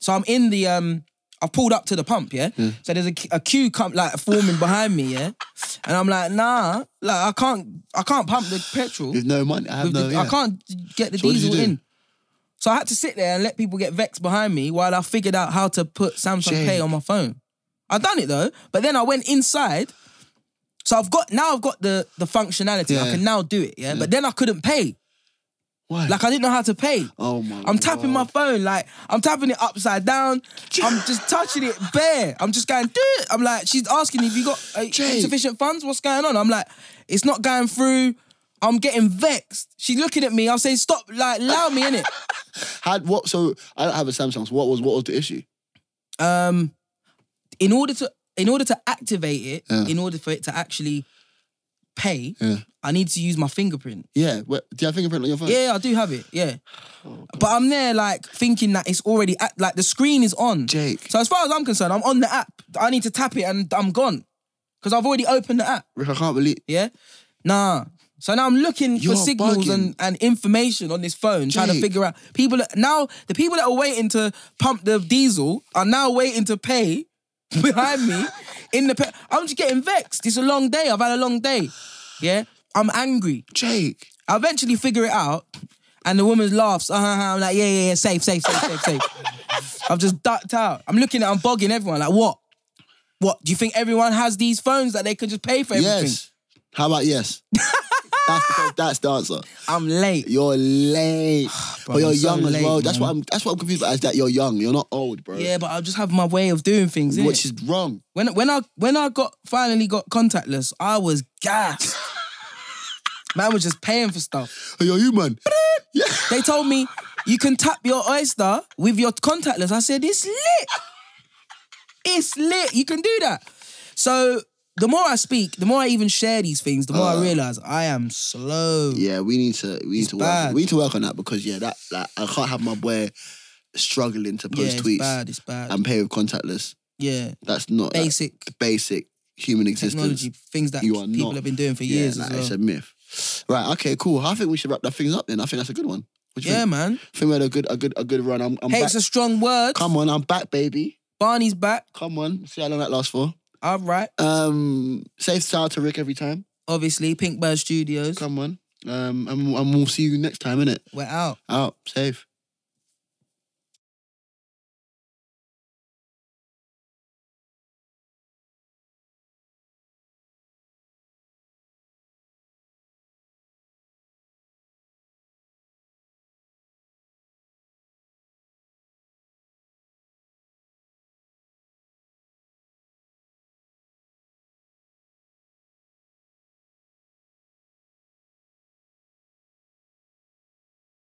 Speaker 2: so I'm in the, um, I pulled up to the pump, yeah? So there's a, a queue come, like forming behind me, yeah? And I'm like, nah, like I can't, I can't pump the petrol.
Speaker 1: With no money, I have
Speaker 2: with
Speaker 1: no.
Speaker 2: the-
Speaker 1: uh, yeah.
Speaker 2: I can't get the
Speaker 1: So what did you
Speaker 2: diesel
Speaker 1: do?
Speaker 2: in. So I had to sit there and let people get vexed behind me while I figured out how to put Samsung Pay
Speaker 1: Jake.
Speaker 2: on my phone. I done it though, but then I went inside. So I've got now I've got the the functionality. I
Speaker 1: Yeah.
Speaker 2: can now do it, yeah? But then I couldn't pay.
Speaker 1: Why?
Speaker 2: Like I didn't know how to pay.
Speaker 1: oh my.
Speaker 2: I'm tapping my
Speaker 1: Lord.
Speaker 2: phone, like I'm tapping it upside down.
Speaker 1: [LAUGHS]
Speaker 2: I'm just touching it bare. I'm just going, do it. I'm like, she's asking me, if you got uh,
Speaker 1: Jake.
Speaker 2: insufficient funds? What's going on? I'm like, it's not going through. I'm getting vexed. She's looking at me. I'm saying, stop, like, allow me
Speaker 1: [LAUGHS]
Speaker 2: in it.
Speaker 1: Had what? So I don't have a Samsung. So what was what was the issue?
Speaker 2: Um, in order to in order to activate it,
Speaker 1: Yeah.
Speaker 2: in order for it to actually pay,
Speaker 1: Yeah.
Speaker 2: I need to use my fingerprint.
Speaker 1: Yeah. What, do you have fingerprint on your phone?
Speaker 2: Yeah, I do have it. Yeah. but I'm there like thinking that it's already act- like the screen is on.
Speaker 1: Jake.
Speaker 2: So as far as I'm concerned, I'm on the app. I need to tap it and I'm gone. Because I've already opened the app.
Speaker 1: Rick, I can't believe.
Speaker 2: Yeah? Nah. So now I'm looking
Speaker 1: You're
Speaker 2: for signals
Speaker 1: bugging.
Speaker 2: and, and information on this phone, trying to
Speaker 1: Jake.
Speaker 2: figure out people that- now the people that are waiting to pump the diesel are now waiting to pay [LAUGHS] behind me in the pe- I'm just getting vexed. It's a long day. I've had a long day. Yeah? I'm angry.
Speaker 1: Jake.
Speaker 2: I eventually figure it out, and the woman laughs. Uh-huh, uh-huh. I'm like, yeah, yeah, yeah, safe, safe, safe,
Speaker 1: [LAUGHS]
Speaker 2: safe, safe. I've just ducked out. I'm looking at, I'm bogging everyone. Like, what? What? Do you think everyone has these phones that they can just pay for everything? [LAUGHS]
Speaker 1: Yes. How about yes? That's the, that's the answer.
Speaker 2: I'm late.
Speaker 1: You're late,
Speaker 2: Ah, Bro,
Speaker 1: but you're
Speaker 2: I'm so
Speaker 1: young as
Speaker 2: late,
Speaker 1: well. That's
Speaker 2: man.
Speaker 1: what I'm. That's what I'm confused about. Is that you're young? You're not old, bro.
Speaker 2: Yeah, but I just have my way of doing things. innit?
Speaker 1: which is wrong.
Speaker 2: when when I when I got finally got contactless, I was
Speaker 1: [LAUGHS]
Speaker 2: gassed. Man was just paying for stuff.
Speaker 1: Hey, yo, you man. Yeah.
Speaker 2: They told me you can tap your oyster with your contactless. I said it's lit. It's lit. You can do that. So the more I speak, the more I even share these things, the more I realize I am slow.
Speaker 1: Uh. Yeah, we need to. We need to work.
Speaker 2: bad.
Speaker 1: We need to work on that because yeah, that like I can't have my boy struggling to
Speaker 2: Yeah,
Speaker 1: post
Speaker 2: it's
Speaker 1: tweets
Speaker 2: bad. It's bad.
Speaker 1: and pay with contactless.
Speaker 2: yeah,
Speaker 1: That's not like,
Speaker 2: basic
Speaker 1: basic human existence.
Speaker 2: technology things that
Speaker 1: You are
Speaker 2: people
Speaker 1: not-
Speaker 2: have been doing for
Speaker 1: Yeah,
Speaker 2: years.
Speaker 1: nah,
Speaker 2: as well.
Speaker 1: it's a myth. Right. Okay. Cool. I think we should wrap that things up. Then I think that's a good one. What do you
Speaker 2: yeah,
Speaker 1: think?
Speaker 2: man.
Speaker 1: I think we had a good, a good, a good run. I'm, I'm back.
Speaker 2: Hate's a strong word.
Speaker 1: Come on, I'm back, baby.
Speaker 2: Barney's back.
Speaker 1: Come on. See how long that lasts for.
Speaker 2: All right.
Speaker 1: Um, safe shout out to Rick every time.
Speaker 2: obviously, Pink Bird Studios.
Speaker 1: Come on. Um, and, and we'll see you next time, innit?
Speaker 2: We're out.
Speaker 1: Out. Safe.